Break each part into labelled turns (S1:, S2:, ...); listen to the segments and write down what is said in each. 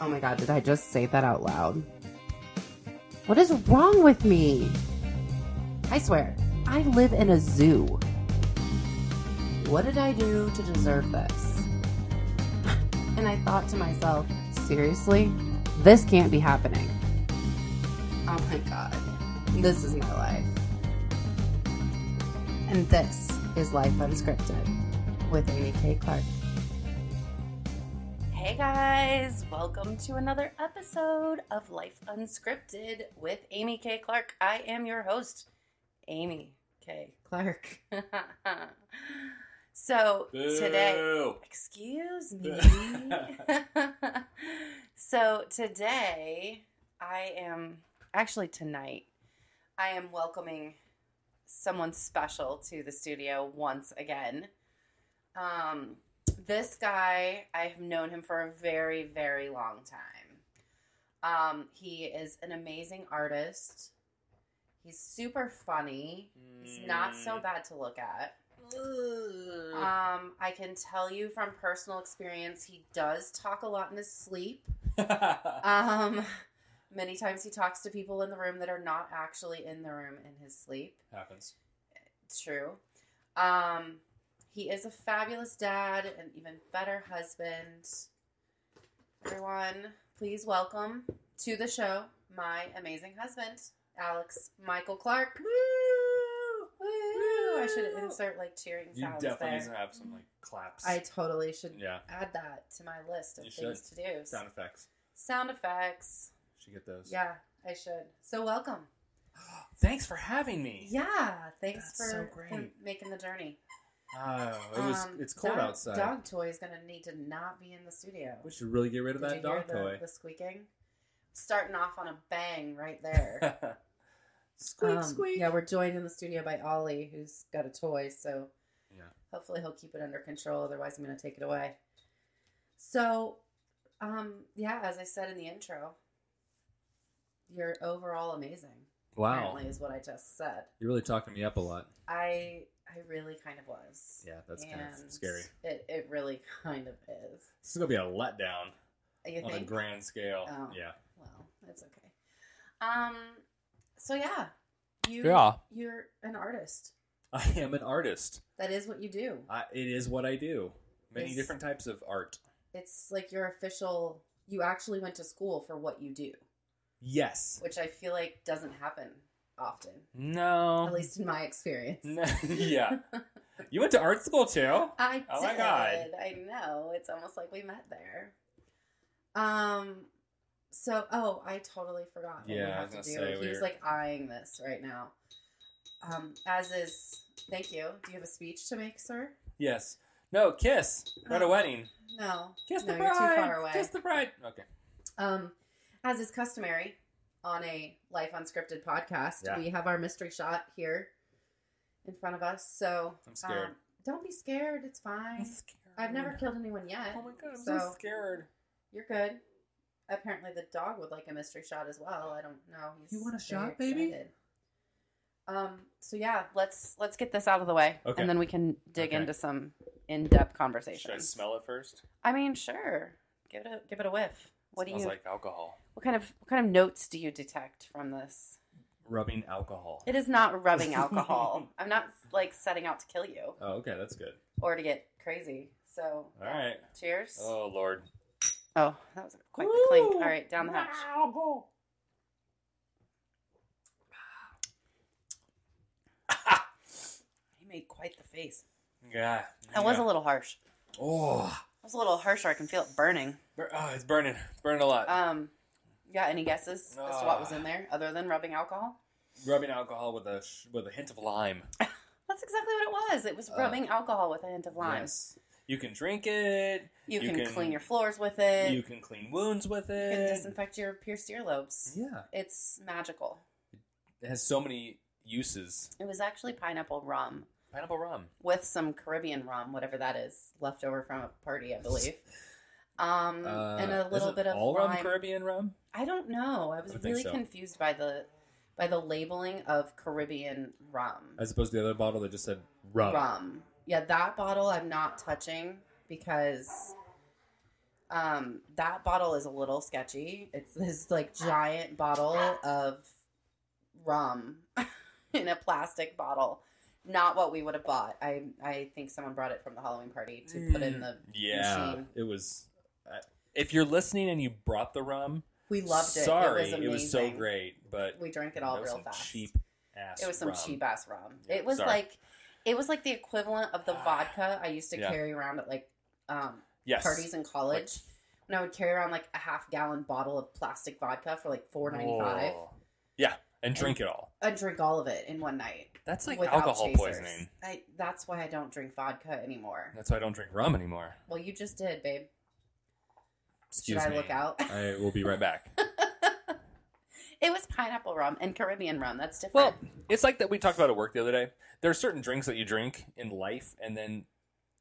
S1: Oh my god, did I just say that out loud? What is wrong with me? I swear, I live in a zoo. What did I do to deserve this? and I thought to myself, seriously? This can't be happening. Oh my god. This is my life. And this is Life Unscripted with Amy K. Clark. Hey guys, welcome to another episode of Life Unscripted with Amy K. Clark. I am your host, Amy K. Clark. so today,
S2: Boo.
S1: excuse me. so today, I am actually tonight, I am welcoming someone special to the studio once again. Um, this guy, I have known him for a very, very long time. Um, he is an amazing artist. He's super funny. He's not so
S2: Mm.
S1: bad to look at. Um, I can tell you from personal experience, he does talk a lot in his sleep. Um, many times he talks to people in the room that are not actually in the room in his sleep.
S2: Happens.
S1: It's true. Um, he is a fabulous dad, an even better husband. Everyone, please welcome to the show my amazing husband, Alex Michael Clark. Woo! Woo! I should insert like cheering
S2: You
S1: sounds
S2: definitely need
S1: there.
S2: to have some like claps.
S1: I totally should
S2: yeah.
S1: add that to my list of
S2: You should.
S1: things to do.
S2: Sound effects.
S1: Sound effects.
S2: Should get those.
S1: Yeah, I should. So welcome.
S2: Thanks for having me.
S1: Yeah, thanks
S2: That's
S1: for
S2: so great.
S1: con- making the journey.
S2: Oh, it was.
S1: Um,
S2: it's cold
S1: that
S2: outside.
S1: Dog toy is gonna need to not be in the studio.
S2: We should really get rid of
S1: Did you
S2: that dog
S1: hear
S2: toy.
S1: The, the squeaking. Starting off on a bang right there.
S2: squeak,
S1: Um,
S2: squeak.
S1: Yeah, we're joined in the studio by Ollie, who's got a toy. So
S2: Yeah.
S1: hopefully he'll keep it under control. Otherwise, I'm gonna take it away. So, um, yeah, as I said in the intro, you're overall amazing.
S2: Wow,
S1: Apparently, is what I just said.
S2: you're really talking me up a lot.
S1: I I really kind of was.
S2: Yeah, that's kind
S1: And
S2: of scary.
S1: It, it really kind of is.
S2: This is gonna be a letdown
S1: You
S2: on a
S1: think?
S2: grand scale.
S1: Oh.
S2: Yeah.
S1: well, that's okay. Um, so yeah, you
S2: Yeah.
S1: you're an artist.
S2: I am an artist.
S1: That is what you do.
S2: I, it is what I do. Many
S1: Is-
S2: different types of art.
S1: It's like your official. You actually went to school for what you do,
S2: Yes.
S1: which I feel like doesn't happen often,
S2: No.
S1: at least in my experience.
S2: No, yeah. You went to art school too?
S1: I did.
S2: Oh my God.
S1: I know. It's almost like we met there. Um. So, oh, I totally forgot. What we
S2: Yeah, I
S1: have
S2: was
S1: to do.
S2: gonna say
S1: he was
S2: we're-
S1: like eyeing this right now. Um. As is. Thank you. Do you have a speech to make, sir?
S2: Yes. No, kiss. We're at a wedding.
S1: No.
S2: Kiss
S1: Uh, no,
S2: the
S1: you're
S2: bride.
S1: too far away.
S2: Kiss the bride. Okay.
S1: Um. As is customary on a life unscripted podcast,
S2: Yeah.
S1: we have our mystery shot here in front of us. So,
S2: I'm scared.
S1: um, don't be scared. It's fine.
S2: scared.
S1: I've never killed anyone yet.
S2: Oh my god, I'm so,
S1: so
S2: scared.
S1: You're good. Apparently, the dog would like a mystery shot as well. I don't know. He's
S2: You want a
S1: very
S2: shot, baby?
S1: excited. Um. So yeah, let's let's get this out of the way,
S2: Okay.
S1: and then we can dig
S2: Okay.
S1: into some in-depth conversation.
S2: Should I smell it first?
S1: I mean, sure. Give it a give it a whiff. What do
S2: Smells
S1: you?
S2: like alcohol.
S1: what kind of what kind of notes do you detect from this?
S2: Rubbing alcohol.
S1: It is not rubbing alcohol. I'm not like setting out to kill you
S2: Oh, okay, that's good.
S1: or to get crazy. So
S2: All right.
S1: cheers. Oh,
S2: Oh lord.
S1: that was quite the clink. All
S2: Ooh.
S1: right, down the hatch.
S2: Alcohol.
S1: He made quite the face.
S2: Yeah.
S1: That was a
S2: yeah.
S1: little harsh.
S2: Oh.
S1: That was a little harsher. I can feel it burning.
S2: Bur- oh, it's burning. It's burning a lot.
S1: Um, yeah. Any guesses as to what was
S2: Ah.
S1: in there other than rubbing alcohol?
S2: Rubbing alcohol with a sh- with a hint of lime.
S1: That's exactly what it was. It was
S2: Uh,
S1: rubbing alcohol with a hint of lime.
S2: Yes. You can drink it.
S1: You,
S2: You
S1: can,
S2: can-
S1: clean your floors with it.
S2: You can clean wounds with
S1: You can
S2: it.
S1: disinfect your pierced earlobes.
S2: yeah,
S1: It's magical.
S2: it has so many uses.
S1: It was actually pineapple rum
S2: Pineapple rum.
S1: with some Caribbean rum, whatever that is, left over from a party, I believe. Um,
S2: Uh,
S1: and a
S2: is
S1: little
S2: it
S1: bit of
S2: all rum
S1: lime.
S2: Caribbean rum.
S1: I don't know. I was
S2: I would think
S1: really
S2: so.
S1: confused by the by the labeling of Caribbean rum.
S2: As opposed to the other bottle that just said rum.
S1: rum. Yeah, that bottle I'm not touching because Um, that bottle is a little sketchy. It's this like giant bottle of rum in a plastic bottle. Not what we would have bought. I I think someone brought it from the Halloween party to put in the
S2: Mm. yeah.
S1: machine.
S2: It was. Uh, if you're listening and you brought the rum,
S1: We loved it.
S2: Sorry,
S1: it was amazing.
S2: so great, but
S1: We drank it all
S2: that was
S1: real
S2: some
S1: fast.
S2: Cheap ass.
S1: It was some
S2: rum.
S1: cheap ass rum.
S2: Yeah,
S1: it was
S2: sorry. Ah.
S1: like it was like the equivalent of the vodka I used to
S2: Yeah.
S1: carry around at like um,
S2: yes.
S1: parties in college. and I would carry around like a half gallon bottle of plastic vodka for like four ninety five.
S2: Whoa. Oh. Yeah, and drink it all.
S1: I'd drink all of it in one night.
S2: That's like
S1: without
S2: alcohol
S1: chasers.
S2: poisoning.
S1: I, that's why I don't drink vodka anymore.
S2: That's why I don't drink rum anymore.
S1: Well, you just did, babe.
S2: Excuse
S1: Should I
S2: me.
S1: look out?
S2: I will be right back.
S1: it was pineapple rum and Caribbean rum. That's different.
S2: Well, it's like that we talked about at work the other day. There are certain drinks that you drink in life, and then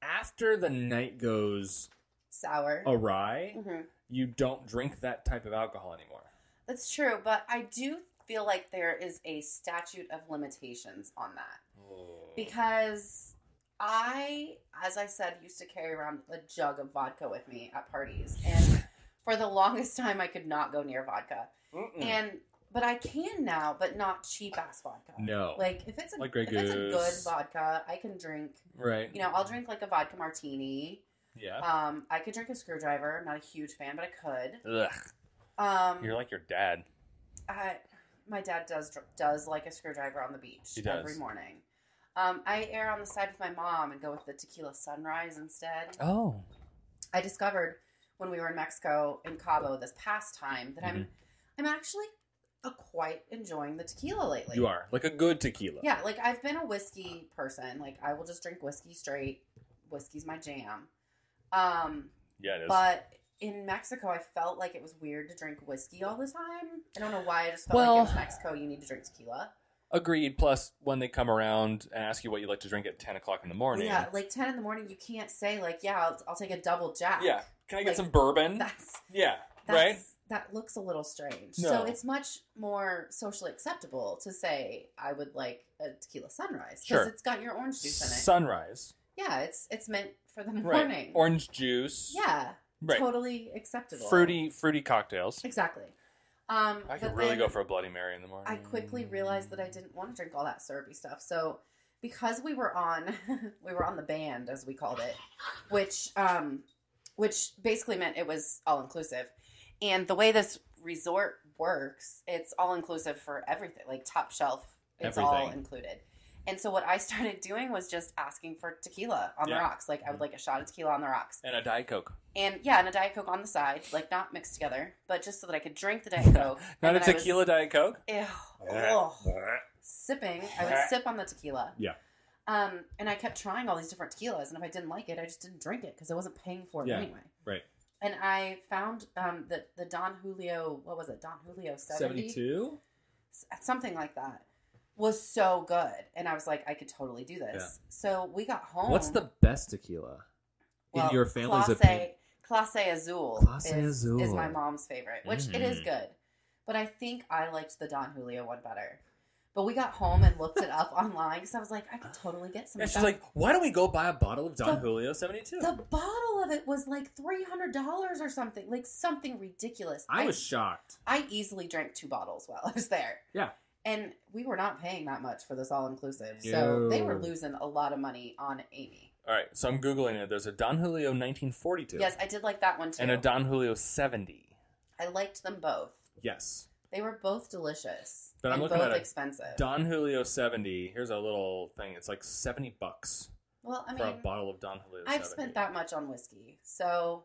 S2: after the night goes
S1: Sour.
S2: oh. awry,
S1: hmm
S2: you don't drink that type of alcohol anymore.
S1: That's true, but I do feel like there is a statute of limitations on that. because I, as I said, used to carry around a jug of vodka with me at parties, and for the longest time, I could not go near vodka.
S2: Mm-mm.
S1: And but I can now, but not cheap ass vodka.
S2: no,
S1: Like if it's a
S2: Like Grey
S1: if it's a good
S2: Goose.
S1: vodka, I can drink.
S2: right?
S1: You know, I'll drink like a vodka martini.
S2: yeah.
S1: Um, I could drink a screwdriver. I'm not a huge fan, but I could.
S2: Ugh.
S1: Um,
S2: You're like your dad.
S1: I, my dad does dr- does like a screwdriver on the beach
S2: He does.
S1: every morning. Um, I err on the side with my mom and go with the tequila sunrise instead.
S2: Oh,
S1: I discovered when we were in Mexico in Cabo this past time that I'm
S2: Mm-hmm.
S1: I'm actually uh quite enjoying the tequila lately.
S2: you are like a good tequila.
S1: Yeah, like I've been a whiskey person. Like I will just drink whiskey straight. Whiskey's my jam. Um,
S2: yeah, it is.
S1: but in Mexico, I felt like it was weird to drink whiskey all the time. I don't know why. I just felt
S2: Well-
S1: like in Mexico, you need to drink tequila.
S2: Agreed. Plus, when they come around and ask you what you like to drink at ten o'clock in the morning,
S1: Yeah, like ten in the morning, you can't say like, "Yeah, I'll, I'll take a double jack."
S2: Yeah. Can I get
S1: Like,
S2: some bourbon?
S1: that's,
S2: yeah.
S1: that's
S2: right.
S1: That looks a little strange.
S2: No.
S1: So it's much more socially acceptable to say, "I would like a tequila sunrise" because
S2: Sure.
S1: it's got your orange juice in it.
S2: Sunrise.
S1: yeah, it's it's meant for the morning.
S2: Right. Orange juice.
S1: yeah,
S2: Right.
S1: totally acceptable.
S2: Fruity, fruity cocktails.
S1: Exactly. Um,
S2: I could
S1: but
S2: really
S1: then-
S2: go for a Bloody Mary in the morning.
S1: I quickly
S2: Um,
S1: realized that I didn't want to drink all that syrupy stuff. So because we were on we were on the band as we called it, which um which basically meant it was all inclusive. And the way this resort works, it's all inclusive for everything, like top shelf, it's all
S2: Everything.
S1: included. And so what I started doing was just asking for tequila on
S2: Yeah. Mm-hmm.
S1: the rocks. Like I would like a shot of tequila on the rocks.
S2: and a Diet Coke.
S1: And yeah, and a Diet Coke on the side, like not mixed together, but just so that I could drink the Diet Coke.
S2: Not
S1: And
S2: a
S1: then I was-
S2: tequila Diet Coke.
S1: Ew. Ugh. Sipping. I would sip on the tequila.
S2: Yeah.
S1: Um, and I kept trying all these different tequilas, and if I didn't like it, I just didn't drink it because I wasn't paying for it
S2: Yeah,
S1: anyway.
S2: right.
S1: And I found um, the the Don Julio, what was it? Don Julio 70?
S2: Seventy-two.
S1: S- something like that, was so good, and I was like, I could totally do this. So we got home.
S3: What's the best tequila? in your family's
S1: Clase,
S3: opinion?
S1: Clase Azul.
S3: Clase
S1: is,
S3: Azul.
S1: is my mom's favorite, which it is
S2: Mm.
S1: good. But I think I liked the Don Julio one better. But we got home and looked it up online because I was like, I could totally get some.
S2: And
S1: of
S2: she's
S1: that.
S2: like, "Why don't we go buy a bottle of Don
S1: The-
S2: Julio 72?
S1: the bottle of it was like three hundred dollars or something, like something ridiculous.
S3: I was shocked.
S1: I easily drank two bottles while I was there.
S3: Yeah.
S1: and we were not paying that much for this all inclusive, so they were
S3: No.
S1: losing a lot of money on Amy.
S2: All right, so I'm googling it. There's a Don Julio 1942
S1: Yes, I did like that one too.
S2: and a Don Julio 70.
S1: I liked them both.
S2: Yes,
S1: They were both delicious.
S2: But I'm
S1: and
S2: looking
S1: both
S2: at a
S1: expensive.
S2: Don Julio 70. Here's a little thing. It's like 70 bucks
S1: well, I
S2: for a
S1: mean,
S2: bottle of Don Julio.
S1: I've
S2: 70.
S1: spent that much on whiskey. So,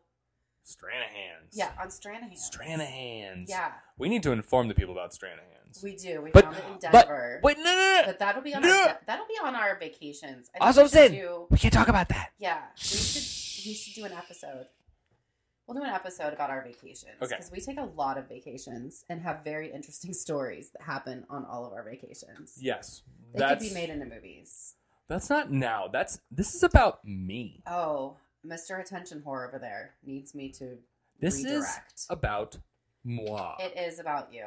S2: Stranahan's.
S1: yeah, on Stranahan.
S2: Stranahan's.
S1: Yeah,
S2: We need to inform the people about Stranahan's.
S1: we do. We
S2: But-
S1: found it in
S2: but-
S1: Denver.
S2: Wait, no, no, no.
S1: But that'll be on
S2: No.
S1: our, that'll be on our vacations. I think
S2: That's what
S1: we
S2: I'm
S1: should
S2: saying.
S1: do-
S2: We can't talk about that.
S1: yeah, we should we should do an episode. We'll do an episode about our vacations
S2: Okay.
S1: because we take a lot of vacations and have very interesting stories that happen on all of our vacations.
S2: Yes,
S1: They
S2: that's
S1: could be made into movies.
S2: that's not now. That's this is about me.
S1: Oh, Mr. Attention Whore over there needs me to
S2: This
S1: redirect.
S2: is about moi.
S1: It is about you.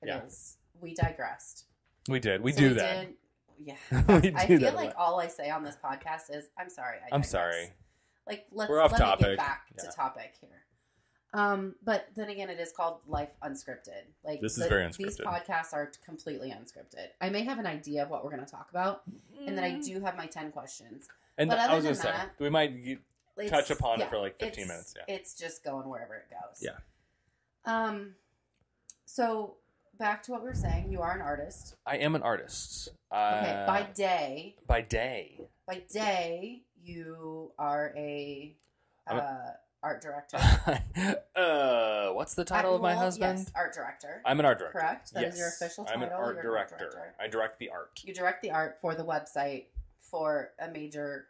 S1: It is.
S2: Yeah.
S1: We digressed.
S2: we did. We
S1: So
S2: do that.
S1: did- yeah.
S2: we do
S1: I feel
S2: that. a
S1: like
S2: lot.
S1: all I say on this podcast is, I'm sorry. I
S2: I'm
S1: digress."
S2: sorry.
S1: like let's
S2: We're off
S1: let me
S2: topic.
S1: get back
S2: Yeah.
S1: to topic here. Um, but then again, it is called Life Unscripted. Like
S2: This is
S1: the-
S2: very
S1: These
S2: unscripted.
S1: podcasts are completely unscripted. I may have an idea of what we're going to talk about, and
S2: Hmm.
S1: then I do have my ten questions.
S2: And
S1: But
S2: I was
S1: other
S2: gonna
S1: than
S2: say
S1: that,
S2: we might get-
S1: It's-
S2: touch upon
S1: yeah,
S2: it for like 15
S1: it's-
S2: minutes. Yeah.
S1: it's just going wherever it goes.
S3: Yeah.
S1: Um. So back to what we were saying. You are an artist.
S2: I am an artist. Uh,
S1: Okay. by day,
S2: by day.
S1: by day, you are a
S2: I'm a-
S1: uh, art director.
S2: uh, what's the title of my
S1: Well, yes,
S2: husband?
S1: art director.
S2: I'm an art director.
S1: Correct. That is
S2: yes.
S1: your official
S2: I'm an
S1: title.
S2: art
S1: You're an art
S2: director.
S1: director.
S2: I direct the art.
S1: you direct the art for the website for a major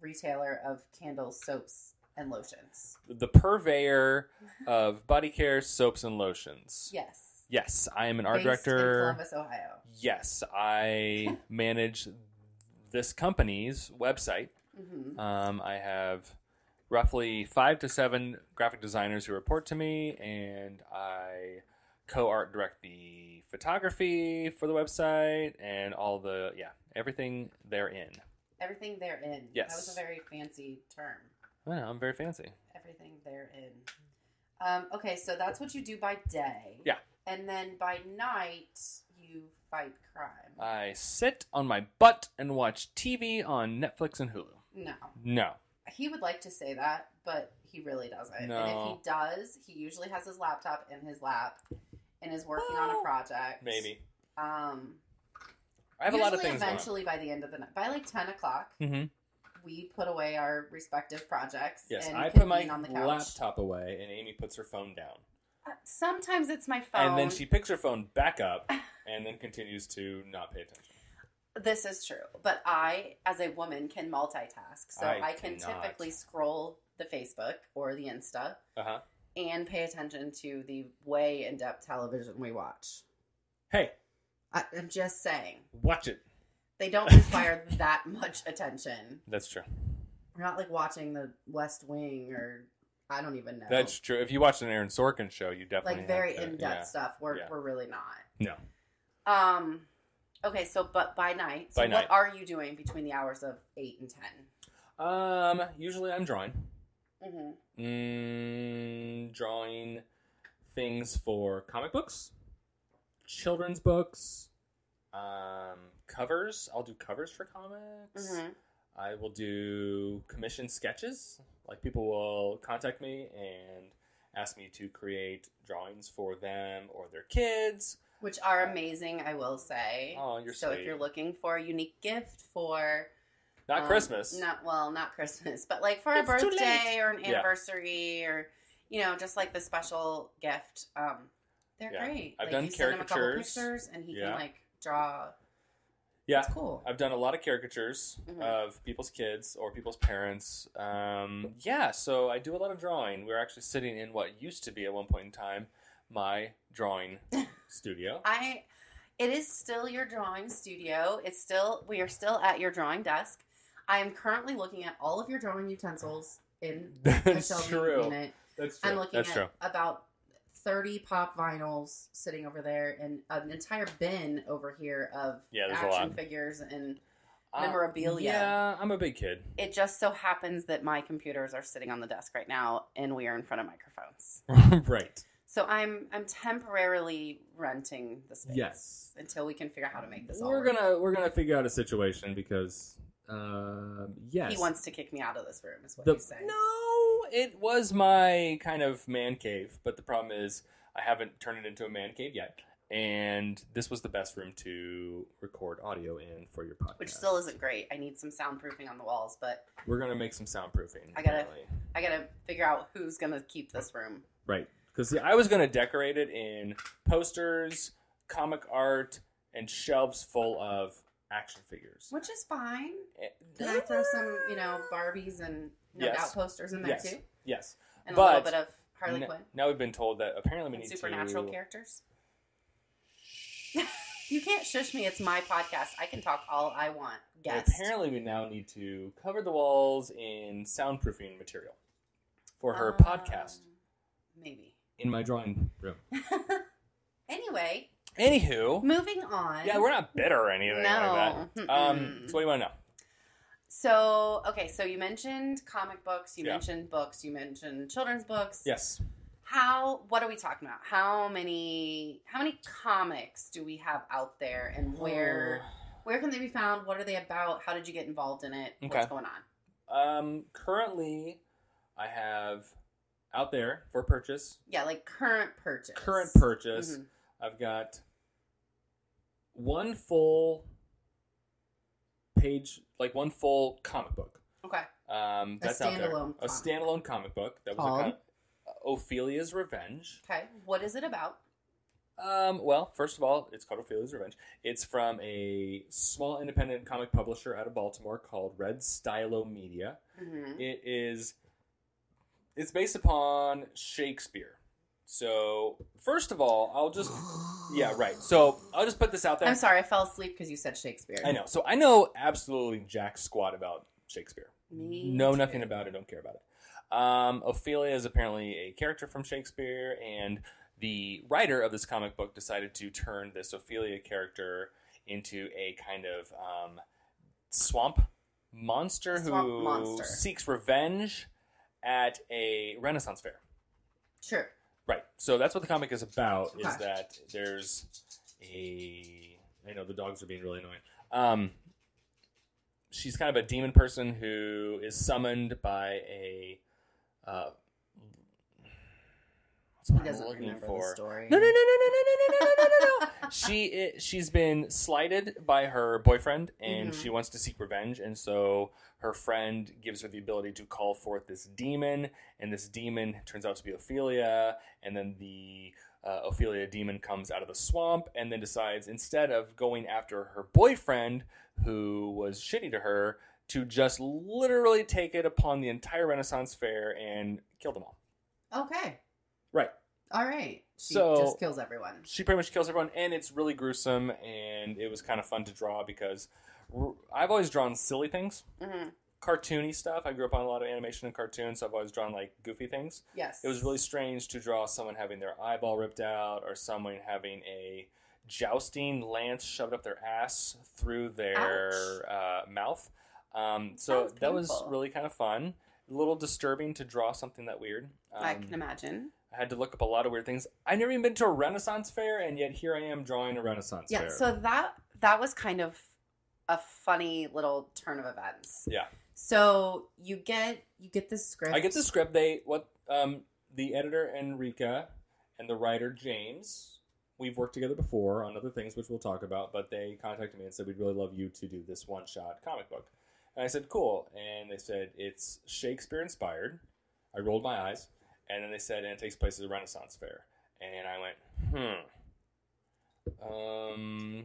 S1: retailer of candles, soaps, and lotions.
S2: The purveyor of body care, soaps, and lotions.
S1: Yes.
S2: Yes, I am an art
S1: Based
S2: director.
S1: in Columbus, Ohio.
S2: Yes, I manage this company's website.
S1: hmm
S2: Um, I have roughly five to seven graphic designers who report to me, and I co art direct the photography for the website and all the, yeah, everything therein.
S1: Everything therein. That was
S2: Yes.
S1: a very fancy term.
S2: I know, I'm very fancy.
S1: Everything therein. Um, okay, so that's what you do by day.
S2: Yeah.
S1: And then by night, you fight crime.
S2: I sit on my butt and watch TV on Netflix and Hulu.
S1: no.
S2: No.
S1: He would like to say that, but he really doesn't. And if he
S2: No.
S1: does, he usually has his laptop in his lap and is working on a
S2: Well,
S1: project.
S2: Maybe.
S1: Um,
S2: I have a lot of
S1: usually
S2: things.
S1: Eventually, by the end of the night, by like ten o'clock,
S2: Mm-hmm.
S1: we put away our respective projects.
S2: Yes,
S1: and
S2: I put my
S1: convene on the couch.
S2: laptop away, and Amy puts her phone down.
S1: Uh, Sometimes it's my phone.
S2: And then she picks her phone back up and then continues to not pay attention.
S1: This is true, but I, as a woman, can multitask, so I,
S2: I
S1: can
S2: cannot.
S1: typically scroll the Facebook or the Insta
S2: Uh huh.
S1: and pay attention to the way in-depth television we watch.
S2: Hey,
S1: I, I'm just saying
S2: watch it.
S1: they don't require that much attention.
S2: That's true.
S1: We're not like watching The West Wing or I don't even know.
S2: That's true. If you watched an Aaron Sorkin show, you definitely
S1: like very
S2: have to-
S1: in depth
S2: yeah.
S1: stuff. We're
S2: Yeah.
S1: we're really not.
S2: No.
S1: Um. Okay, so but by night, so
S2: By
S1: what
S2: night.
S1: are you doing between the hours of eight and 10
S2: Um, usually I'm drawing. Mm, drawing things for comic books, children's books, um, covers. I'll do covers for comics.
S1: Mm-hmm.
S2: I will do commission sketches. Like people will contact me and ask me to create drawings for them or their kids.
S1: Which are amazing, I will say.
S2: Oh, you're
S1: so if
S2: sweet.
S1: you're looking for a unique gift for
S2: Not
S1: um,
S2: Christmas.
S1: not well, not Christmas, but like for a
S2: It's too late.
S1: birthday or an
S2: Yeah.
S1: anniversary or you know, just like the special gift. Um, they're
S2: Yeah.
S1: great.
S2: I've
S1: like,
S2: done
S1: you send him a couple
S2: caricatures.
S1: pictures, and he
S2: Yeah.
S1: can like draw.
S2: Yeah.
S1: it's cool.
S2: I've done a lot of caricatures
S1: Mhm.
S2: of people's kids or people's parents. Um, yeah, so I do a lot of drawing. We're actually sitting in what used to be at one point in time my drawing studio.
S1: I it is still your drawing studio. It's still we are still at your drawing desk. I am currently looking at all of your drawing utensils in the
S2: That's
S1: shelving
S2: true.
S1: unit.
S2: That's true.
S1: I'm looking
S2: That's
S1: at
S2: true.
S1: about 30 pop vinyls sitting over there and an entire bin over here of
S2: Yeah, there's a
S1: action
S2: lot.
S1: figures and
S2: Uh,
S1: memorabilia.
S2: yeah, I'm a big kid.
S1: it just so happens that my computers are sitting on the desk right now and we are in front of microphones.
S2: right.
S1: So I'm I'm temporarily renting the space
S3: Yes.
S1: until we can figure out how to make this all
S2: We're
S1: work.
S2: gonna we're gonna figure
S3: Figure out a situation because, um, yes,
S1: He wants to kick me out of this room, is what
S3: The-
S1: he's saying.
S2: No, it was my kind of man cave, but the problem is I haven't turned it into a man cave yet. And this was the best room to record audio in for your podcast.
S1: Which still isn't great. I need some soundproofing on the walls, but
S2: We're gonna make some soundproofing.
S1: I gotta-
S2: apparently.
S1: I gotta figure out who's gonna keep this room.
S3: right because
S2: See, I was gonna decorate it in posters, comic art, and shelves full of action figures. Eh,
S1: Which is fine. Then I throw some, you know, Barbies and no
S2: Yes.
S1: doubt posters in there
S2: Yes.
S1: too.
S2: Yes.
S1: And a
S2: But-
S1: little bit of Harley
S2: N-
S1: Quinn
S2: Now we've been told that apparently we
S1: and
S2: need
S1: supernatural
S2: to
S1: characters. You can't shush me, it's my podcast. I can talk all I want. Guest.
S2: Apparently, we now need to cover the walls in soundproofing material for her
S1: Um,
S2: podcast
S1: Maybe.
S2: in my drawing room.
S1: anyway,
S2: Anywho,
S1: moving on.
S2: yeah, we're not bitter or anything
S1: Mm-hmm. no.
S2: like that. Um,
S1: Mm-mm.
S2: so what do you want to know?
S1: So, okay, so you mentioned comic books, you
S2: Yeah.
S1: mentioned books, you mentioned children's books.
S2: Yes.
S1: How what are we talking about? How many how many comics do we have out there and where where can they be found? What are they about? How did you get involved in it?
S2: Okay.
S1: What's going on?
S2: Um, currently, I have out there for purchase,
S1: Yeah, like current purchase.
S2: current purchase.
S1: Mhm.
S2: I've got one full page, like one full comic book.
S1: Okay.
S2: Um,
S1: A
S2: that's out there.
S1: standalone
S2: A
S1: comic.
S2: standalone comic book that was
S1: Called?
S2: a co- Ophelia's Revenge.
S1: Okay. What is it about?
S2: Um, well, first of all, it's called Ophelia's Revenge. It's from a small independent comic publisher out of Baltimore called Red Stylo Media.
S1: Mhm.
S2: It is it's based upon Shakespeare. So, first of all, I'll just yeah, right. So, I'll just put this out there.
S1: I'm sorry, I fell asleep because you said Shakespeare.
S2: I know. So, I know absolutely jack squat about Shakespeare.
S1: Me
S2: know
S1: too.
S2: nothing about it, don't care about it. Um, Ophelia is apparently a character from Shakespeare, and the writer of this comic book decided to turn this Ophelia character into a kind of um, swamp monster
S1: Swamp
S2: who
S1: monster.
S2: seeks revenge at a Renaissance fair.
S1: Sure.
S2: Right. So that's what the comic is about. Is
S1: Okay.
S2: that there's a I know the dogs are being really annoying. Um, she's kind of a demon person who is summoned by a. Uh, what's
S1: He
S2: what I'm
S1: doesn't
S2: looking
S1: remember the
S2: for?
S1: story.
S2: No, no, no, no, no, no, no, no, no, no, no, no. She is, she's been slighted by her boyfriend, and
S1: Mhm.
S2: she wants to seek revenge. And so her friend gives her the ability to call forth this demon, and this demon turns out to be Ophelia. And then the uh, Ophelia demon comes out of the swamp, and then decides instead of going after her boyfriend, who was shitty to her, to just literally take it upon the entire Renaissance fair and kill them all.
S1: Okay.
S2: Right.
S1: All right. She
S2: So-
S1: just kills everyone.
S2: she pretty much kills everyone, and it's really gruesome, and it was kind of fun to draw because r- I've always drawn silly things,
S1: hmm
S2: cartoony stuff. I grew up on a lot of animation and cartoons, so I've always drawn like goofy things.
S1: Yes.
S2: It was really strange to draw someone having their eyeball ripped out or someone having a jousting lance shoved up their ass through their uh, mouth. Um, so
S1: Sounds
S2: that was
S1: painful.
S2: really kind of fun. A little disturbing to draw something that weird. Um,
S1: I can imagine.
S2: I had to look up a lot of weird things. I've never even been to a Renaissance fair, and yet here I am drawing a Renaissance
S1: Yeah,
S2: fair.
S1: so that that was kind of a funny little turn of events.
S2: Yeah.
S1: So you get you get this script.
S2: I get the script. They what um, the editor Enrica and the writer James. We've worked together before on other things, which we'll talk about. But they contacted me and said we'd really love you to do this one shot comic book. And I said cool. And they said it's Shakespeare inspired. I rolled my eyes, and then they said and it takes place at a Renaissance fair. And I went hmm. Um,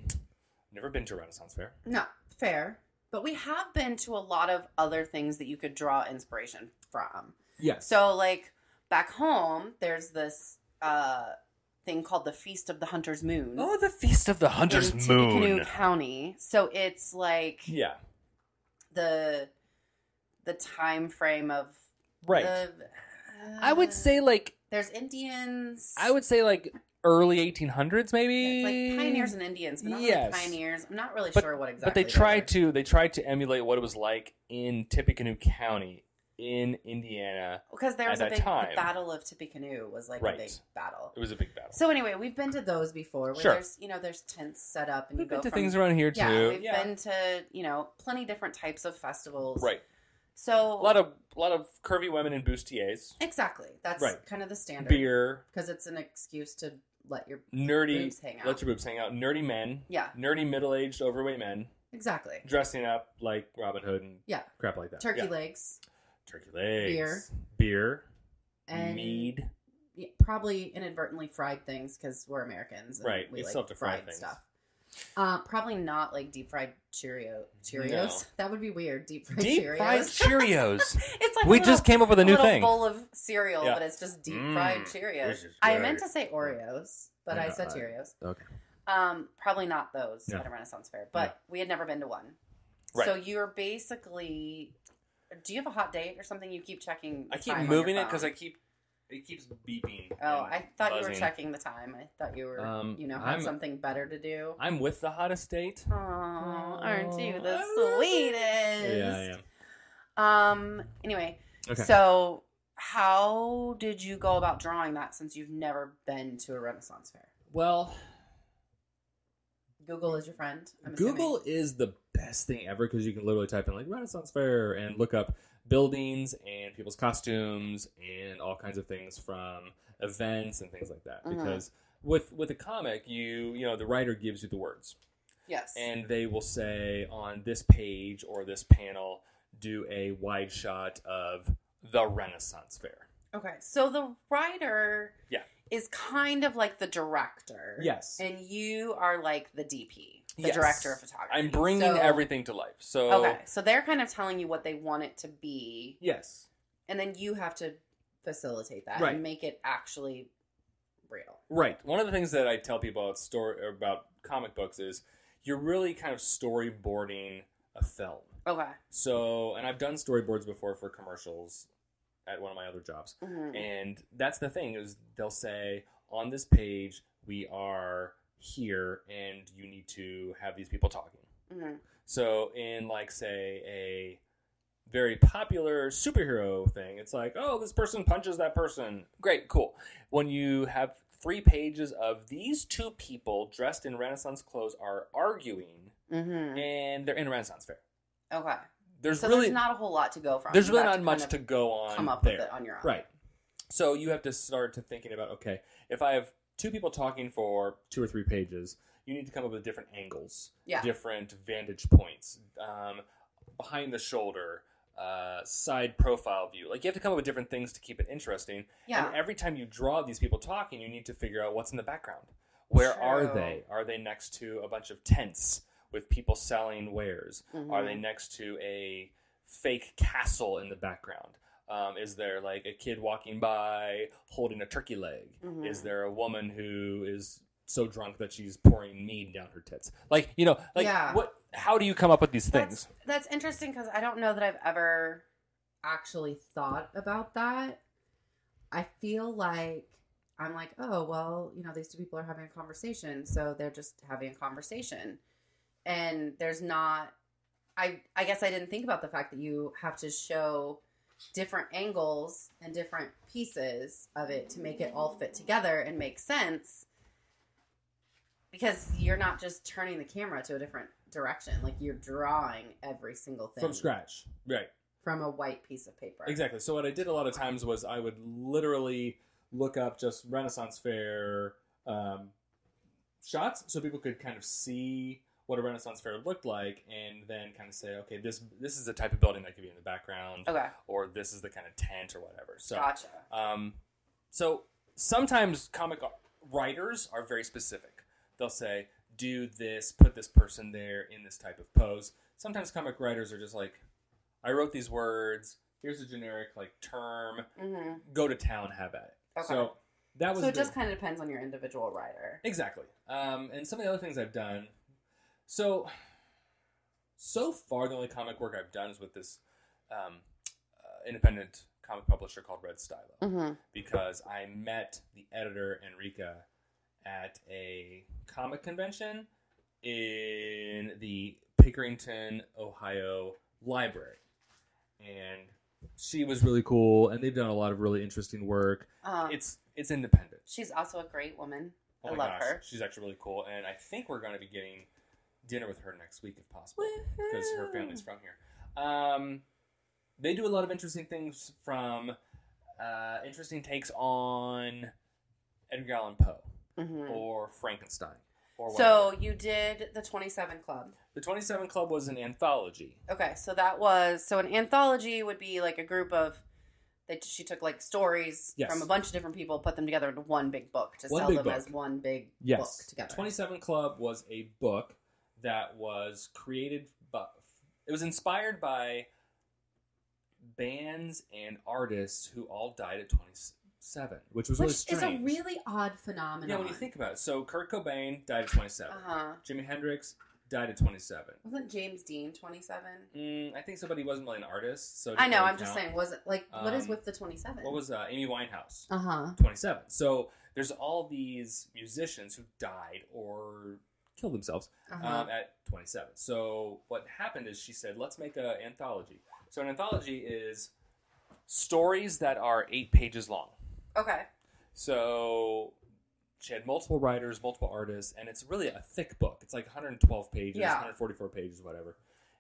S2: never been to a Renaissance fair.
S1: No, fair. But we have been to a lot of other things that you could draw inspiration from.
S3: Yes.
S1: So like back home, there's this uh thing called the Feast of the Hunter's Moon.
S2: Oh, the Feast of the Hunter's
S1: in
S2: Moon.
S1: Tippecanoe County. So it's like
S2: Yeah,
S1: the the time frame of
S2: right.
S1: the uh,
S2: I would say like
S1: There's Indians.
S2: I would say like early 1800s maybe.
S1: It's like pioneers and Indians, but not really
S2: Yes.
S1: pioneers. I'm not really
S2: But-
S1: sure what exactly.
S2: But they tried
S1: were.
S2: to they tried to emulate what it was like in Tippecanoe County in Indiana.
S1: because Oh, there
S2: at
S1: was a
S2: that
S1: big the
S2: time.
S1: battle of Tippecanoe was like a
S2: Right.
S1: big battle.
S2: It was a big battle.
S1: So anyway, we've been to those before. Where
S2: Sure.
S1: There's you know there's tents set up and
S2: we've
S1: you
S2: been
S1: go
S2: to
S1: from,
S2: things around here too.
S1: yeah we've been to you know plenty different types of festivals.
S2: right.
S1: So
S2: A lot of a lot of curvy women in bustiers,
S1: exactly that's
S2: Right.
S1: kind of the standard
S2: beer,
S1: because it's an excuse to let your
S2: nerdy
S1: boobs hang out.
S2: let your boobs hang out, nerdy men,
S1: yeah,
S2: nerdy middle-aged overweight men
S1: exactly.
S2: dressing up like Robin Hood and
S1: Yeah.
S2: crap like that.
S1: Turkey
S2: Yeah.
S1: legs
S2: turkey legs,
S1: Beer.
S2: beer,
S1: and
S2: mead.
S1: yeah, probably inadvertently fried things because we're Americans, and
S2: Right,
S1: We
S2: you
S1: like
S2: still have to fry
S1: fried
S2: things.
S1: stuff. Uh, probably not like deep fried Cheerio Cheerios.
S2: No.
S1: That would be weird. Deep fried
S2: Deep
S1: Cheerios.
S2: fried Cheerios.
S1: it's like
S2: we
S1: a little,
S2: just came up with a new
S1: little
S2: thing.
S1: bowl of cereal,
S2: Yeah.
S1: but it's just deep fried
S2: Mm,
S1: Cheerios.
S2: this is
S1: I meant
S2: great.
S1: to say Oreos, but I
S3: Yeah,
S1: said
S3: I-
S1: Cheerios.
S3: okay.
S1: Um, probably not those
S3: No.
S1: at a Renaissance fair, but we had never been to one.
S2: Right.
S1: So you're basically. Do you have a hot date or something? You keep checking. the
S2: I keep
S1: time on your
S2: moving it because
S1: phone.
S2: I keep it keeps beeping.
S1: Oh,
S2: and
S1: I thought you were
S2: buzzing.
S1: checking the time. I thought you were,
S2: Um,
S1: you know, had
S2: I'm-
S1: something better to do.
S2: I'm with the hottest date.
S1: Oh, aren't you the
S2: Oh, I love it.
S1: sweetest?
S3: yeah, I am.
S1: Um. Anyway,
S3: Okay.
S1: so how did you go about drawing that since you've never been to a Renaissance fair?
S3: well,
S1: Google is your friend. I'm assuming.
S3: Google is the best thing ever because you can literally type in like Renaissance Fair and look up buildings and people's costumes and all kinds of things from events and things like that.
S1: Mhm.
S3: Because with with a comic, you you know the writer gives you the words
S1: Yes.
S3: and they will say on this page or this panel do a wide shot of the Renaissance Fair.
S1: okay. So the writer.
S2: Yeah.
S1: Is kind of like the director.
S3: Yes.
S1: And you are like the DP, the
S2: Yes.
S1: director of photography.
S2: I'm bringing
S1: So-
S2: everything to life. So
S1: Okay, so they're kind of telling you what they want it to be,
S3: Yes.
S1: and then you have to facilitate that
S3: Right.
S1: and make it actually real.
S3: Right.
S2: One of the things that I tell people about story about comic books is you're really kind of storyboarding a film.
S1: Okay.
S2: So, and I've done storyboards before for commercials at one of my other jobs.
S1: Mhm.
S2: And that's the thing is they'll say on this page we are here and you need to have these people talking.
S1: Mhm.
S2: So in like say a very popular superhero thing, it's like, oh, this person punches that person. Great, cool. When you have three pages of these two people dressed in Renaissance clothes are arguing
S1: Mhm.
S2: and they're in a Renaissance fair.
S1: Okay.
S2: There's
S1: so
S2: really
S1: there's not a whole lot to go from.
S2: there's
S1: You
S2: really
S1: have
S2: not much
S1: kind
S2: to
S1: of
S2: go on
S1: come up
S2: there.
S1: with it on your own.
S3: Right.
S2: So you have to start to thinking about okay, if I have two people talking for two or three pages, you need to come up with different angles,
S1: Yeah.
S2: different vantage points, um, behind the shoulder, uh, side profile view. Like you have to come up with different things to keep it interesting.
S1: Yeah.
S2: And every time you draw these people talking, you need to figure out what's in the background. Where are
S1: True.
S2: they? Are they next to a bunch of tents with people selling wares? Are
S1: Mhm.
S2: they next to a fake castle in the background? Um, is there like a kid walking by holding a turkey leg?
S1: Mhm.
S2: Is there a woman who is so drunk that she's pouring mead down her tits? Like you know, like
S1: Yeah.
S2: what? How do you come up with these
S1: That's-
S2: things?
S1: That's interesting because I don't know that I've ever actually thought about that. I feel like I'm like, oh, well, you know, these two people are having a conversation, so they're just having a conversation. And there's not I I guess I didn't think about the fact that you have to show different angles and different pieces of it to make it all fit together and make sense because you're not just turning the camera to a different direction like you're drawing every single thing
S3: From scratch. Right.
S1: from a white piece of paper
S3: Exactly. So what I did a lot of times was I would literally look up just Renaissance fair um, shots, so people could kind of see what a Renaissance fair looked like, and then kind of say, okay, this this is the type of building that could be in the background,
S1: okay
S2: Or this is the kind of tent or whatever. So
S1: gotcha
S2: Um, so sometimes comic writers are very specific. They'll say, "Do this, put this person there in this type of pose." Sometimes comic writers are just like, "I wrote these words. Here's a generic like term.
S1: hmm
S2: Go to town, have at it."
S1: Okay.
S2: So that was
S1: so it
S2: the-
S1: just kind of depends on your individual writer
S2: exactly. Um, and some of the other things I've done. So so far, the only comic work I've done is with this um, uh, independent comic publisher called Red Stylo
S1: mm-hmm.
S2: because I met the editor Enrica at a comic convention in the Pickerington, Ohio library. And she was really cool and they've done a lot of really interesting work.
S1: um,
S2: It's it's independent.
S1: she's also a great woman
S2: Oh
S1: I
S2: my
S1: love
S2: gosh,
S1: her.
S2: She's actually really cool and I think we're going to be getting dinner with her next week if possible because her family's from here. Um, they do a lot of interesting things from uh, interesting takes on Edgar Allan Poe
S1: Mhm.
S2: or Frankenstein or
S1: so
S2: whatever.
S1: you did the 27 club
S2: the Twenty Seven Club was an anthology.
S1: Okay, so that was so an anthology would be like a group of that she took like stories
S3: Yes.
S1: from a bunch of different people, put them together into one big book to
S3: One
S1: sell
S3: big
S1: them
S3: book.
S1: as one big book together.
S2: Twenty Seven Club was a book that was created, but it was inspired by bands and artists who all died at twenty seven, which was
S1: which
S2: really
S1: is a
S2: strange.
S1: really odd phenomenon.
S2: yeah, when you think about it, so Kurt Cobain died at 27.
S1: uh huh,
S2: Jimi Hendrix died at 27.
S1: wasn't James Dean twenty seven?
S2: Mm, I think somebody wasn't really an artist. So it
S1: I know.
S2: didn't
S1: I'm
S2: really
S1: just
S2: count.
S1: saying, was it like what is
S2: Um,
S1: with the twenty seven?
S2: What was uh, Amy Winehouse?
S1: uh huh?
S2: 27. So there's all these musicians who died or killed themselves
S1: Uh huh.
S2: um, at 27. So what happened is she said, let's make an anthology. So an anthology is stories that are eight pages long.
S1: Okay.
S2: So she had multiple writers, multiple artists, and it's really a thick book. It's like 112 pages,
S1: Yeah.
S2: 144 pages, whatever.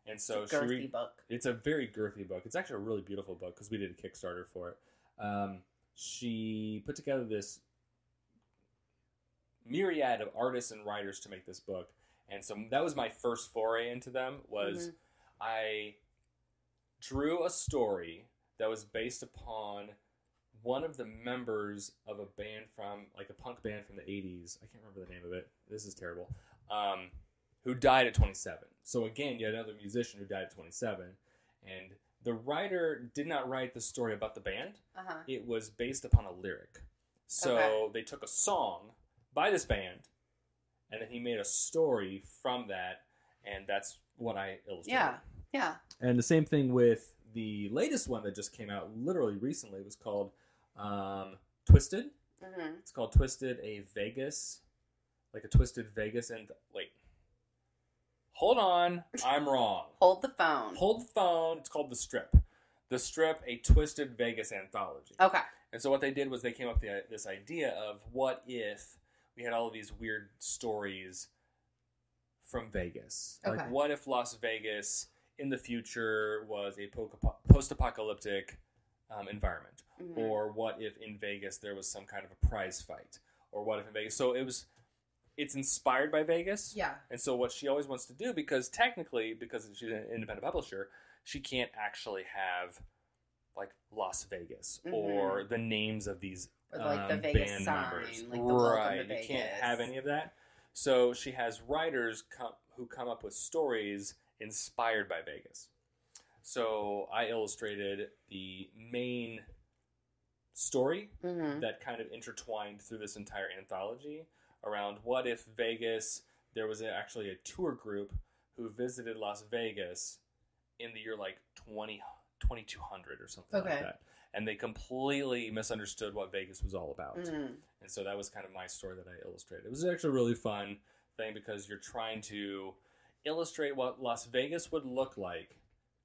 S2: And so
S1: It's a
S2: she
S1: girthy
S2: read,
S1: book.
S2: it's a very girthy book. It's actually a really beautiful book because we did a Kickstarter for it. Um, she put together this myriad of artists and writers to make this book, and so that was my first foray into them.
S1: Mm-hmm.
S2: Was I drew a story that was based upon one of the members of a band from like a punk band from the 80s i can't remember the name of it this is terrible um, who died at 27 so again you had another musician who died at 27 and the writer did not write the story about the band
S1: Uh huh.
S2: it was based upon a lyric so
S1: Okay.
S2: they took a song by this band and then he made a story from that and that's what i illustrated
S1: Yeah. Yeah.
S3: And the same thing with the latest one that just came out literally recently was called um, Twisted.
S1: Mm-hmm.
S2: It's
S3: It's
S2: called
S3: called Twisted a Vegas, like a Twisted Vegas. And
S2: wait. Hold on, I'm wrong.
S1: Hold the phone.
S2: Hold the phone. It's called the Strip. The Strip, a Twisted Vegas anthology.
S1: okay.
S2: And so what they did was they came up with the, this idea of what if we had all of these weird stories from Vegas?
S1: Okay.
S2: Like what if Las Vegas in the future was a po- post-apocalyptic um, environment?
S1: Mhm.
S2: or what if in Vegas there was some kind of a prize fight, or what if in Vegas? So it was, it's inspired by Vegas,
S1: Yeah.
S2: and so what she always wants to do because technically, because she's an independent publisher, she can't actually have like Las Vegas
S1: Mhm.
S2: or the names of these
S1: Or like the
S2: um,
S1: Vegas
S2: band
S1: sign,
S2: members.
S1: like the welcome to
S2: right, you can't
S1: Vegas.
S2: have any of that. So she has writers come, who come up with stories inspired by Vegas. So I illustrated the main story
S1: Mm-hmm.
S2: that kind of intertwined through this entire anthology around what if Vegas, there was actually a tour group who visited Las Vegas in the year like 20, 2200 or something
S1: Okay.
S2: like that. And they completely misunderstood what Vegas was all about.
S1: Mm-hmm.
S2: And so that was kind of my story that I illustrated. It was actually a really fun thing because you're trying to illustrate what Las Vegas would look like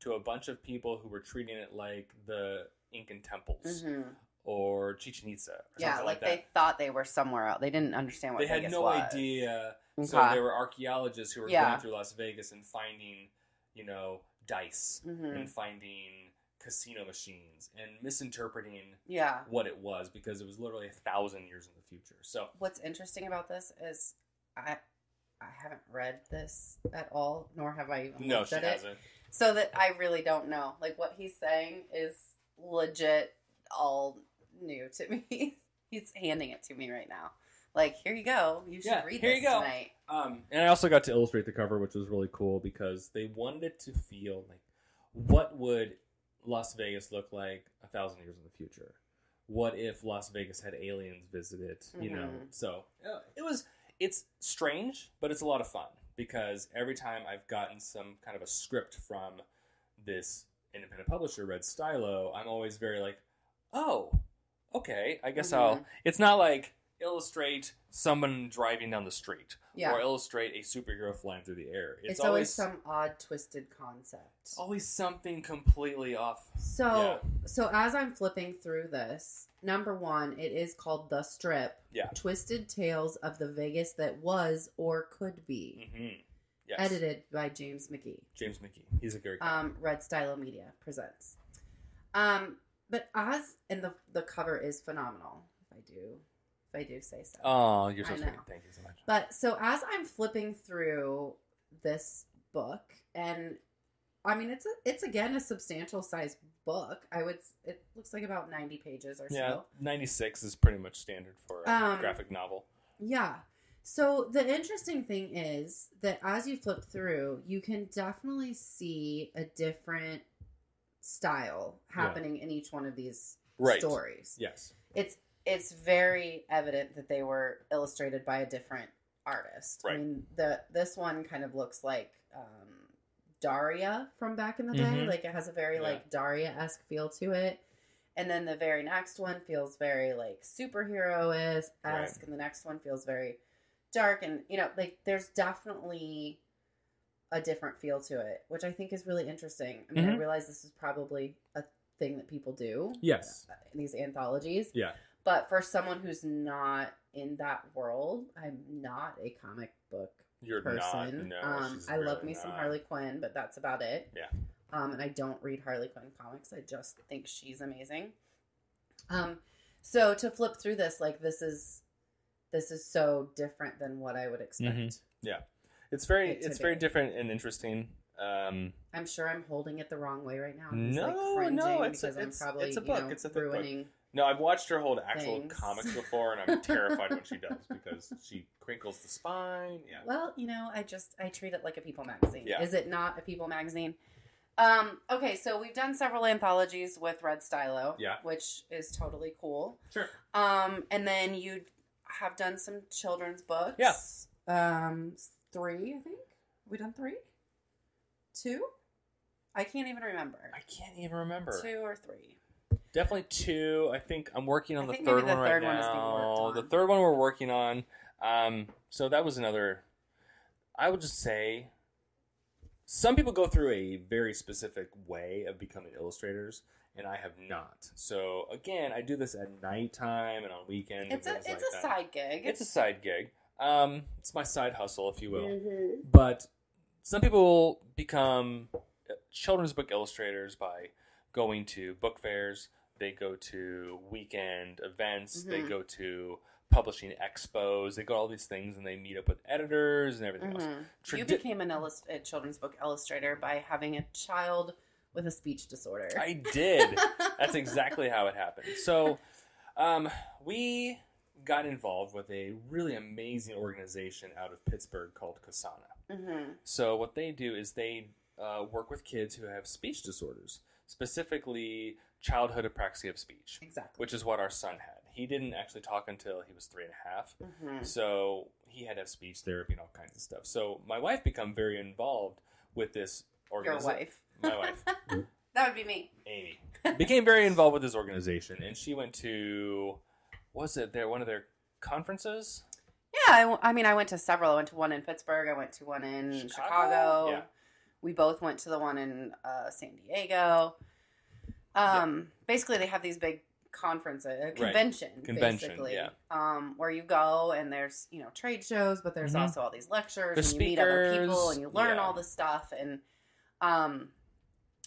S2: to a bunch of people who were treating it like the Incan temples
S1: Mm-hmm.
S2: or Chichen Itza. Or
S1: Yeah,
S2: something
S1: like,
S2: like,
S1: they
S2: that.
S1: thought they were somewhere else. They didn't understand what
S2: They had
S1: Vegas
S2: no
S1: was.
S2: idea.
S1: Okay.
S2: So there were archaeologists who were
S1: Yeah.
S2: going through Las Vegas and finding, you know, dice
S1: Mhm.
S2: and finding casino machines and misinterpreting
S1: Yeah.
S2: what it was because it was literally a thousand years in the future. So
S1: What's interesting about this is I I haven't read this at all, nor have I even
S2: no,
S1: looked
S2: she
S1: at it.
S2: hasn't.
S1: So that I really don't know. Like what he's saying is legit all new to me. he's handing it to me right now. Like, here you go. You should
S2: Yeah,
S1: read
S2: here
S1: this
S2: you go.
S1: tonight.
S2: Um, and I also got to illustrate the cover, which was really cool because they wanted it to feel like what would Las Vegas look like a thousand years in the future? What if Las Vegas had aliens visit it? You know,
S1: Mhm.
S2: so uh, it was. It's strange, but it's a lot of fun because every time I've gotten some kind of a script from this independent publisher, Red Stylo, I'm always very like, oh, okay, I guess I'll. It's not like illustrate someone driving down the street
S1: Yeah.
S2: or illustrate a superhero flying through the air.
S1: it's,
S2: It's,
S1: always,
S2: always
S1: some odd twisted concept.
S2: always something completely off.
S1: Oh. So so as I'm flipping through this, number one, it is called The Strip.
S2: Yeah.
S1: Twisted Tales of the Vegas that was or could be.
S2: hmm Yes.
S1: Edited by James McGee.
S2: James McKee. He's a great guy.
S1: Um, Red Stylo Media presents. Um, but Oz and the the cover is phenomenal, if I do if I do say so.
S2: oh, you're
S1: I
S2: so
S1: know.
S2: sweet. Thank you so much.
S1: But so as I'm flipping through this book, and I mean it's a, it's again a substantial sized book. I would s- it looks like about ninety pages or
S2: yeah,
S1: so.
S2: 96 is pretty much standard for a
S1: Um,
S2: graphic novel.
S1: Yeah. So the interesting thing is that as you flip through, you can definitely see a different style happening in each one of these
S2: Right.
S1: stories.
S2: Yes.
S1: It's it's very evident that they were illustrated by a different artist. I
S2: Right.
S1: mean, the this one kind of looks like um, Daria from back in the day.
S2: Mhm.
S1: Like it has a very
S2: Yeah.
S1: like Daria esque feel to it. And then the very next one feels very like superhero esque,
S2: Right.
S1: and the next one feels very dark and you know like there's definitely a different feel to it, which I think is really interesting. I mean, I
S2: Mhm.
S1: realize this is probably a thing that people do
S3: Yes.
S1: in these anthologies.
S3: Yeah.
S1: But for someone who's not in that world, I'm not a comic book
S2: You're
S1: person.
S2: not. No,
S1: um,
S2: she's
S1: I love
S2: really
S1: me some
S2: not.
S1: Harley Quinn, but that's about it.
S2: Yeah.
S1: Um, and I don't read Harley Quinn comics. I just think she's amazing. Um, so to flip through this, like this is this is so different than what I would expect.
S2: It's very,
S1: it to
S2: it's very
S1: be.
S2: different and interesting. Um,
S1: I'm sure I'm holding it the wrong way right now. I'm just,
S2: No,
S1: like,
S2: no,
S1: cringing
S2: it's a-
S1: because I'm
S2: it's-
S1: probably
S2: it's a
S1: you
S2: book.
S1: know,
S2: It's a thick book.
S1: ruining.
S2: no, I've watched her hold actual
S1: Thanks.
S2: comics before, and I'm terrified what she does because she crinkles the spine. Yeah.
S1: Well, you know, I just I treat it like a People magazine.
S2: Yeah.
S1: Is it not a People magazine? Um, okay, so we've done several anthologies with Red Stylo,
S2: Yeah.
S1: which is totally cool.
S3: Sure.
S1: Um, and then you have done some children's books.
S2: Yeah.
S1: Um, three, I think. We done three? Two? I can't even remember.
S2: I can't even remember.
S1: Two or three.
S2: Definitely two. I think I'm working on
S1: I
S2: the
S1: think
S2: third
S1: maybe the
S2: one
S1: third
S2: right
S1: one is being worked
S2: now. The
S1: on.
S2: third one we're working on. Um, so that was another. I would just say, some people go through a very specific way of becoming illustrators, and I have not. So again, I do this at nighttime and on weekends.
S1: It's a
S2: and
S1: it's
S2: things
S1: a
S2: like that.
S1: side gig.
S2: It's a side gig. Um, it's my side hustle, if you will
S1: Mhm.
S2: but some people become uh, children's book illustrators by going to book fairs they go to weekend events they
S1: Mhm.
S2: go to publishing expos they go to all these things and they meet up with editors and everything else
S1: Mhm. you
S2: Tradi-
S1: became an illus- a children's book illustrator by having a child with a speech disorder.
S2: i did that's exactly how it happened so um, we got involved with a really amazing organization out of pittsburgh called kasana
S1: hmm
S2: So what they do is they uh, work with kids who have speech disorders, specifically childhood apraxia of speech,
S1: Exactly.
S2: which is what our son had. He didn't actually talk until he was three and a half,
S1: Mhm.
S2: so he had to have speech therapy and all kinds of stuff. So my wife become very involved with this
S1: Your
S2: organization.
S1: wife.
S2: My wife,
S1: That would be me.
S2: Amy, became very involved with this organization, and she went to was it their one of their conferences?
S1: Yeah, I, w- I mean, I went to several. I went to one in Pittsburgh. I went to one in Chicago.
S2: Chicago? Yeah.
S1: We both went to the one in uh, San Diego. Um, Basically, they have these big conferences, uh, convention,
S2: Convention,
S1: basically,
S2: yeah.
S1: um, where you go and there's you know trade shows, but there's
S2: Mhm.
S1: also all these lectures
S2: There's
S1: and you meet other people
S2: speakers,
S1: and you learn
S2: yeah.
S1: all this stuff. And um,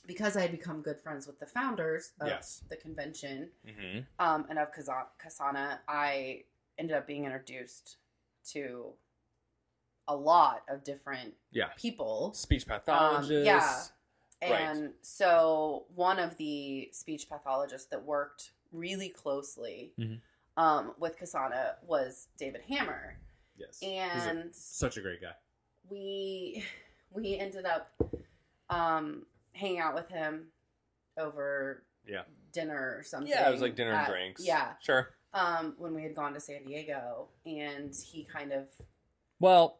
S1: because I had become good friends with the founders of
S2: Yes.
S1: the convention,
S2: Mm-hmm.
S1: um, and of Kaza- Kasana, I ended up being introduced to a lot of different
S2: Yeah.
S1: people.
S2: Speech pathologists. Right.
S1: And so one of the speech pathologists that worked really closely
S2: Mhm.
S1: um, with Kasana was David Hammer.
S3: Yes. He's a-
S1: And
S3: such a great guy.
S1: we we ended up um, hanging out with him over
S2: Yeah.
S1: dinner or something.
S2: Yeah, it was like dinner and
S1: at-
S2: drinks.
S1: Yeah
S2: sure.
S1: um, when we had gone to San Diego, and he kind of,
S2: Well,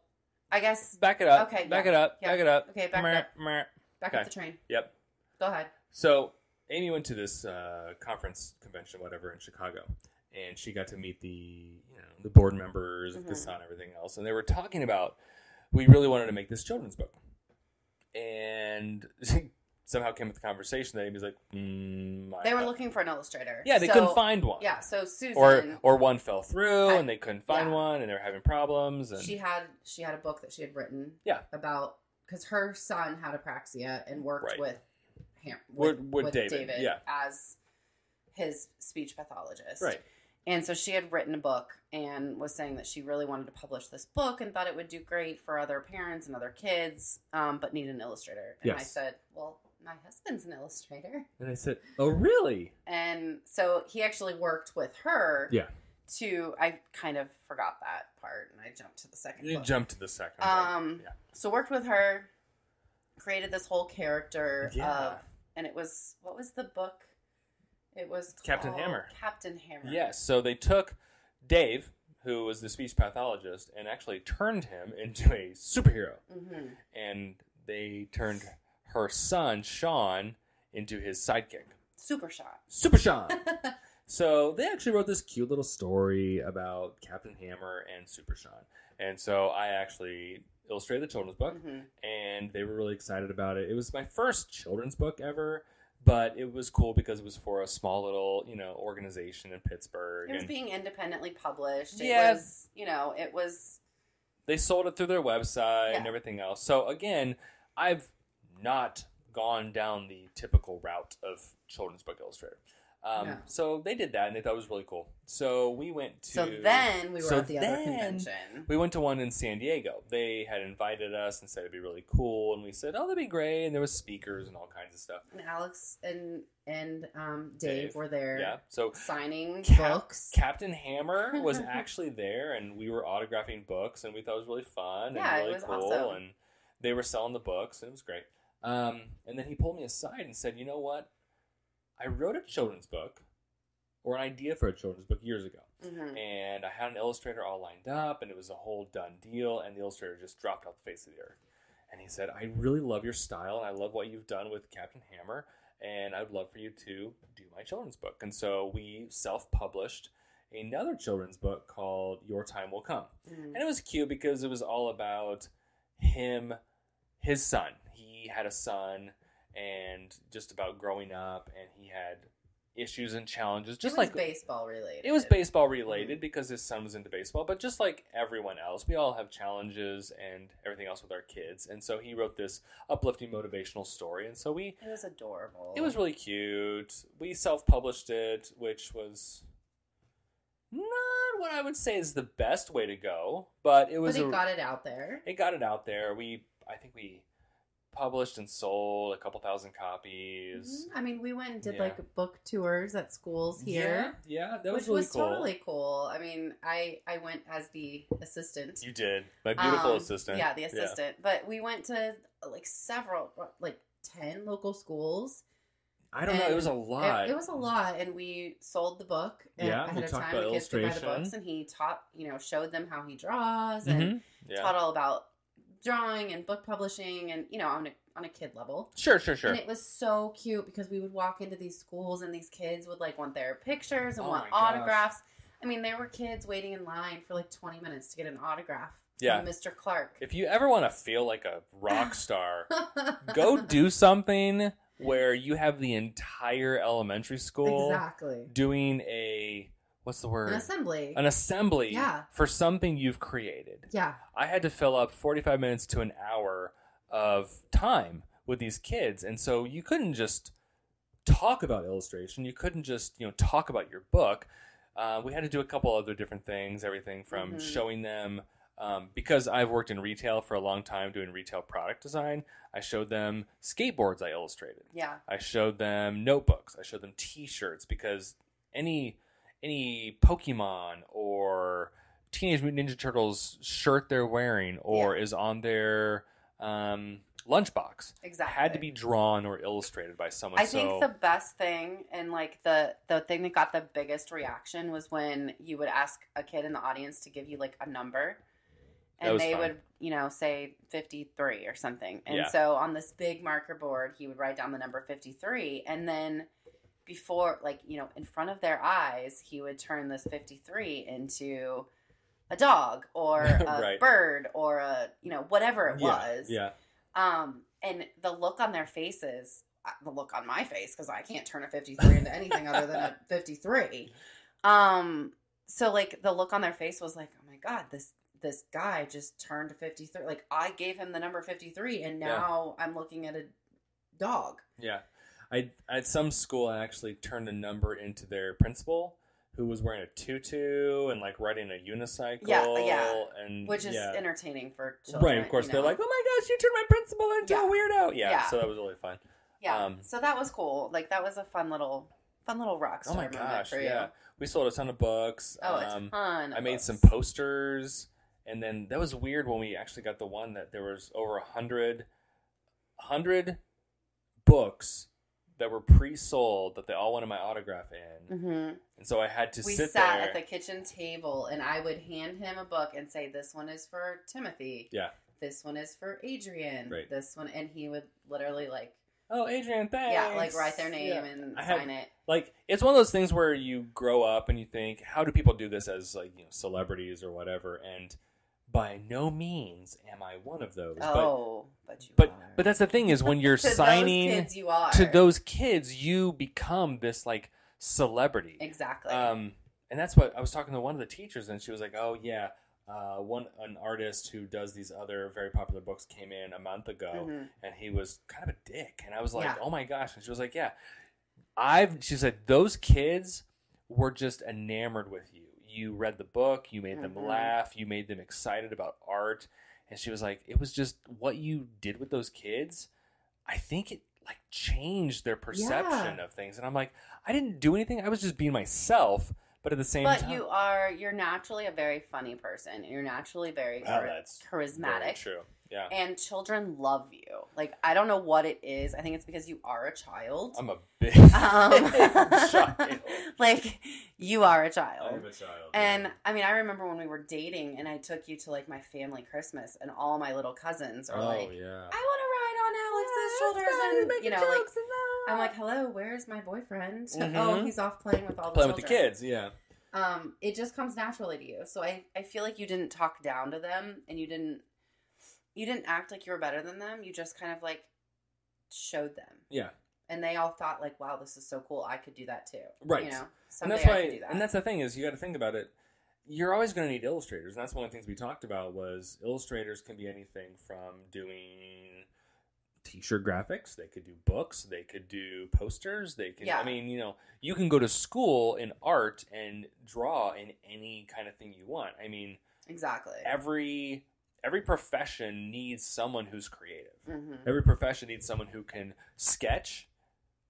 S1: I guess,
S2: back it up.
S1: Okay,
S2: back
S1: yeah,
S2: it up.
S1: yeah.
S2: Back it up.
S1: okay, back
S2: Meh,
S1: up,
S2: meh.
S1: back up
S2: Okay.
S1: the train.
S2: Yep.
S1: Go ahead.
S2: So Amy went to this uh, conference, convention, whatever, in Chicago, and she got to meet the you know the board members of
S1: Mhm.
S2: Kassan and everything else, and they were talking about we really wanted to make this children's book, and somehow came with the conversation that Amy's like, mm, I
S1: They were
S2: don't-
S1: looking for an illustrator.
S2: yeah, they
S1: So-
S2: couldn't find one,
S1: Yeah, so Susan,
S2: or or one fell through
S1: I-
S2: and they couldn't find
S1: yeah.
S2: one, and they were having problems, and
S1: she had she had a book that she had written.
S2: Yeah.
S1: about because her son had apraxia and worked
S2: Right.
S1: with him with,
S2: With- with David, yeah.
S1: as his speech pathologist.
S2: right,
S1: And so she had written a book and was saying that she really wanted to publish this book and thought it would do great for other parents and other kids, um, but needed an illustrator. And I
S2: Yes.
S1: said, Well, my husband's an illustrator.
S2: and I said, oh really?
S1: And so he actually worked with her.
S3: Yeah.
S1: To, I kind of forgot that part and I jumped to the second
S2: You
S1: book.
S2: jumped to the second.
S1: Um,
S2: yeah.
S1: So worked with her, created this whole character of,
S2: Yeah.
S1: and it was, what was the book? It was
S2: Captain
S1: called
S2: Hammer.
S1: Captain Hammer.
S2: Yes. So they took Dave, who was the speech pathologist, and actually turned him into a superhero.
S1: hmm
S2: And they turned her son, Sean, into his sidekick.
S1: Super shot.
S2: Super Sean. So they actually wrote this cute little story about Captain Hammer and Super Sean. And so I actually illustrated the children's book
S1: Mhm.
S2: and they were really excited about it. It was my first children's book ever, but it was cool because it was for a small little, you know, organization in Pittsburgh.
S1: It was
S2: and
S1: being independently published. It
S2: Yeah.
S1: was, you know, it was
S2: they sold it through their website and
S1: Yeah.
S2: everything else. So again, I've not gone down the typical route of children's book illustrator. Um,
S1: No.
S2: So they did that, and they thought it was really cool. So we went to.
S1: so then we were
S2: so
S1: at the other
S2: then-
S1: convention.
S2: We went to one in San Diego. They had invited us and said it'd be really cool, and we said, "Oh, that'd be great." And there was speakers and all kinds of stuff.
S1: And Alex and and um, Dave,
S2: Dave,
S1: were there
S2: Yeah. So
S1: signing
S2: Cap-
S1: books.
S2: Captain Hammer was actually there, and we were autographing books, and we thought it was really fun and
S1: Yeah, it
S2: really
S1: was
S2: cool.
S1: awesome.
S2: And they were selling the books, and it was great. Um, and then he pulled me aside and said, "You know what? I wrote a children's book, or an idea for a children's book years ago,
S1: Mhm.
S2: and I had an illustrator all lined up, and it was a whole done deal. And the illustrator just dropped off the face of the earth. And he said, "I really love your style, and I love what you've done with Captain Hammer." and I'd love for you to do my children's book. And so we self published another children's book called Your Time Will Come.
S1: Mhm.
S2: And it was cute because it was all about him, his son. He had a son and just about growing up, and he had issues and challenges, just
S1: it was
S2: like
S1: baseball related.
S2: it was baseball related because his son was into baseball, but just like everyone else, we all have challenges and everything else with our kids. And so he wrote this uplifting motivational story. And so we
S1: It was adorable.
S2: it was really cute. We self published it, which was not what I would say is the best way to go, but it was
S1: but it
S2: a-
S1: got it out there.
S2: it got it out there. We I think we published and sold a couple thousand copies.
S1: Mhm. I mean, we went and did
S2: Yeah.
S1: like book tours at schools here,
S2: Yeah, yeah, that
S1: which
S2: was really
S1: was
S2: cool.
S1: totally cool. I mean, I I went as the assistant.
S2: You did. My beautiful
S1: Um,
S2: assistant.
S1: Yeah, the assistant. But we went to like several, uh, like ten local schools.
S2: I don't know, it was a
S1: It-
S2: lot.
S1: It, was a lot, and we sold the book and
S3: Yeah,
S1: ahead
S3: we
S1: of
S3: talked
S1: time.
S3: about
S1: the kids could buy the
S3: illustration.
S1: books, and he taught, you know, showed them how he draws and
S2: Mhm. Yeah.
S1: taught all about drawing and book publishing, and you know, on a on a kid level.
S2: Sure, sure, sure.
S1: And it was so cute because we would walk into these schools and these kids would like want their pictures and
S2: Oh
S1: want
S2: my gosh.
S1: autographs. I mean, there were kids waiting in line for like 20 minutes to get an autograph
S2: Yeah.
S1: from Mr. Clark.
S2: If you ever want to feel like a rock star, go do something where you have the entire elementary school
S1: Exactly.
S2: doing a what's the word
S1: An assembly.
S2: An assembly
S1: Yeah.
S2: for something you've created
S1: yeah.
S2: i had to fill up 45 minutes to an hour of time with these kids and so you couldn't just talk about illustration you couldn't just you know talk about your book uh, we had to do a couple other different things everything from
S1: Mhm.
S2: showing them um, because i've worked in retail for a long time doing retail product design i showed them skateboards i illustrated
S1: Yeah.
S2: I showed them notebooks. I showed them T-shirts because any any Pokemon or Teenage Mutant Ninja Turtles shirt they're wearing or is on their um, lunchbox
S1: Exactly.
S2: had to be drawn or illustrated by someone.
S1: I
S2: so
S1: think the best thing and like the the thing that got the biggest reaction was when you would ask a kid in the audience to give you like a number
S2: That
S1: and
S2: was
S1: they
S2: fun.
S1: would, you know, say 53 or something. And
S2: Yeah.
S1: so on this big marker board, he would write down the number 53 and then before like, you know, in front of their eyes, he would turn this 53 into a dog or a
S2: Right.
S1: bird or a, you know, whatever it
S2: yeah,
S1: was.
S2: Yeah,
S1: Um, and the look on their faces, uh, the look on my face, because I can't turn a 53 into anything other than a 53. Um, so like the look on their face was like, oh my god, this this guy just turned 53. Like I gave him the number 53, and now I'm looking at a dog.
S2: yeah. I at some school I actually turned a number into their principal who was wearing a tutu and like riding a unicycle.
S1: Yeah, yeah.
S2: and
S1: Which is
S2: Mm, yeah.
S1: entertaining for children.
S2: right. Of course,
S1: you
S2: they're
S1: know?
S2: like, "Oh my gosh, you turned my principal into
S1: Yeah.
S2: a weirdo!" Yeah,
S1: Yeah.
S2: So that was really fun.
S1: yeah.
S2: um,
S1: so that was cool. Like that was a fun little, fun little rock star
S2: Oh my
S1: moment
S2: gosh!
S1: for you.
S2: Yeah, we sold a ton of books.
S1: Oh, a
S2: um,
S1: ton.
S2: I
S1: of
S2: made
S1: books.
S2: some posters, and then that was weird when we actually got the one that there was over a hundred, hundred books that were pre-sold that they all wanted my autograph in,
S1: Mhm.
S2: and so I had to
S1: we
S2: sit
S1: sat
S2: there.
S1: at the kitchen table and i would hand him a book and say this one is for timothy
S2: Yeah.
S1: this one is for adrian
S2: Right.
S1: this one and he would literally like
S2: oh, Adrian, thanks.
S1: yeah like write their name
S2: Yeah.
S1: and
S2: I had-
S1: sign it
S2: like it's one of those things where you grow up and you think how do people do this as like you know celebrities or whatever and by no means am i one of those
S1: oh, but, you
S2: but but
S1: are.
S2: but that's the thing is when you're
S1: To those
S2: signing
S1: kids you are.
S2: to those kids you become this like celebrity
S1: Exactly.
S2: um and that's what i was talking to one of the teachers and she was like oh yeah uh, one an artist who does these other very popular books came in a month ago
S1: Mhm.
S2: and he was kind of a dick. And I was like,
S1: Yeah.
S2: oh my gosh. And she was like, yeah, I've, she said, those kids were just enamored with you. You read the book, you made them
S1: Mhm.
S2: laugh, you made them excited about art. And she was like, it was just what you did with those kids. I think it like changed their perception of things. And I'm like, I didn't do anything. I was just being myself. But at the oh, same
S1: But
S2: time,
S1: you are, you're naturally a very funny person. You're naturally very
S2: Wow,
S1: char-
S2: that's
S1: charismatic.
S2: Very true. Yeah.
S1: And children love you. Like, I don't know what it is. I think it's because you are a child.
S2: I'm a big
S1: Um,
S2: child.
S1: like, you are a
S3: I am
S1: child.
S3: a child.
S1: And I mean, I remember when we were dating and I took you to like my family Christmas and all my little cousins are like,
S2: oh, yeah.
S1: I want to ride on Alex's shoulders. And, you know, like, I'm like, hello, where's my boyfriend?
S2: Mhm.
S1: Oh, he's off playing with all the
S2: Playing with
S1: children.
S2: the kids. Yeah.
S1: Um, it just comes naturally to you. So I, I feel like you didn't talk down to them and you didn't you didn't act like you were better than them. You just kind of like showed them.
S2: Yeah.
S1: And they all thought like, wow, this is so cool. I could do that too.
S2: Right.
S1: You know,
S2: and
S1: someday
S2: that's
S1: I could
S2: why
S1: do that.
S2: and that's the thing is you got to think about it you're always going to need illustrators and that's one of the things we talked about was illustrators can be anything from doing t-shirt graphics they could do books they could do posters they can
S1: Yeah.
S2: i mean you know you can go to school in art and draw in any kind of thing you want i mean
S1: exactly.
S2: every every profession needs someone who's creative
S1: hmm
S2: Every profession needs someone who can sketch,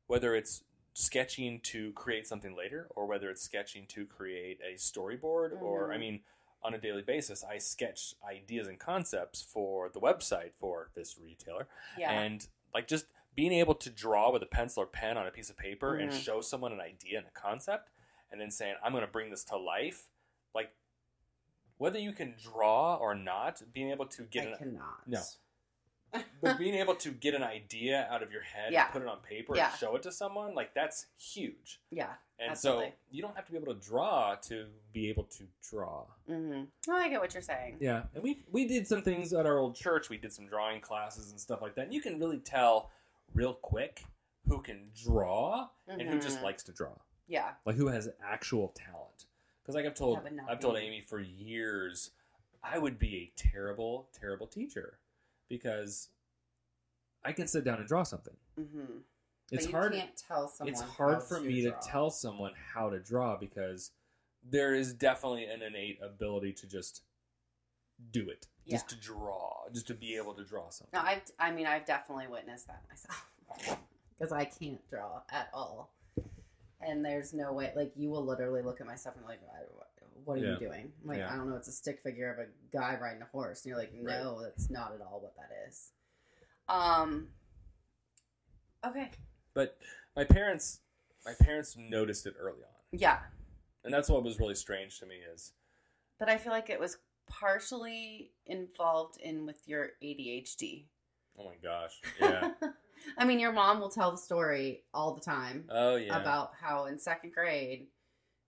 S2: whether it's sketching to create something later or whether it's sketching to create a storyboard or
S1: Mhm.
S2: I mean on a daily basis I sketch ideas and concepts for the website for this retailer
S1: Yeah.
S2: and like just being able to draw with a pencil or pen on a piece of paper and
S1: Mhm.
S2: show someone an idea and a concept and then saying I'm going to bring this to life like whether you can draw or not being able to get
S1: I
S2: an
S1: cannot.
S2: No. but being able to get an idea out of your head
S1: Yeah.
S2: and put it on paper
S1: Yeah.
S2: and show it to someone like that's huge
S1: Yeah.
S2: and so
S1: Absolutely.
S2: you don't have to be able to draw to be able to draw
S1: Mm-hmm. Oh, I get what you're saying.
S2: yeah and we we did some things at our old church we did some drawing classes and stuff like that and you can really tell real quick who can draw and who just
S1: Mhm.
S2: likes to draw
S1: Yeah.
S2: like who has actual talent because like i've told
S1: Yeah, but not
S2: i've told
S1: me.
S2: amy for years i would be a terrible terrible teacher because i can sit down and draw something
S1: Mm-hmm.
S2: it's
S1: but you
S2: hard
S1: Can't tell someone.
S2: it's
S1: how
S2: hard for me
S1: draw.
S2: to tell someone how to draw because there is definitely an innate ability to just do it just to draw just to be able to draw something
S1: No, I've. I mean, I've definitely witnessed that myself because I can't draw at all, and there's no way. Like, you will literally look at my stuff and be like, "Wh- "What are
S2: Yeah.
S1: you doing?" I'm like,
S2: Yeah.
S1: I don't know. It's a stick figure of a guy riding a horse, and you're like, "No, that's not at all what that is." Um. Okay.
S2: but my parents my parents noticed it early on
S1: Yeah,
S2: and that's what was really strange to me is
S1: but I feel like it was partially involved in with your ADHD.
S2: oh my gosh yeah
S1: I mean, your mom will tell the story all the time.
S2: oh yeah
S1: about how in second grade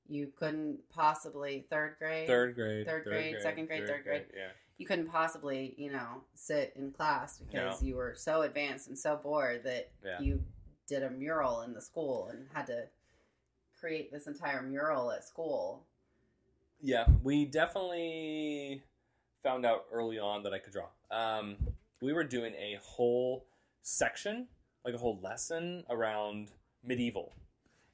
S1: you couldn't possibly third grade
S2: third grade
S1: Third grade, second grade, third grade.
S2: yeah
S1: you couldn't possibly you know sit in class because you were so advanced and so bored that
S2: Yeah.
S1: you did a mural in the school and had to create this entire mural at school
S2: Yeah, we definitely found out early on that I could draw. Um, we were doing a whole section, like a whole lesson around medieval.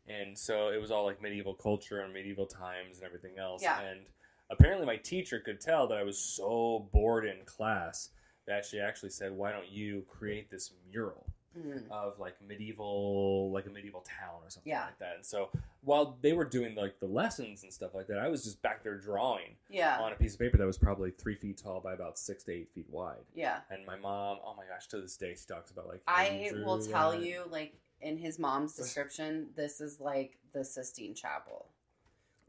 S2: And so it was all like medieval culture and medieval times and everything else.
S1: Yeah.
S2: And apparently my teacher could tell that I was so bored in class that she actually said, Why don't you create this mural?
S1: Mm.
S2: of like medieval like a medieval town or something
S1: Yeah.
S2: like that. And so while they were doing like the lessons and stuff like that, I was just back there drawing
S1: yeah
S2: on a piece of paper that was probably three feet tall by about six to eight feet wide.
S1: yeah
S2: And my mom, oh my gosh, to this day she talks about like how
S1: i
S2: you
S1: will
S2: drew
S1: tell
S2: that.
S1: you like in his mom's description this is like the sistine chapel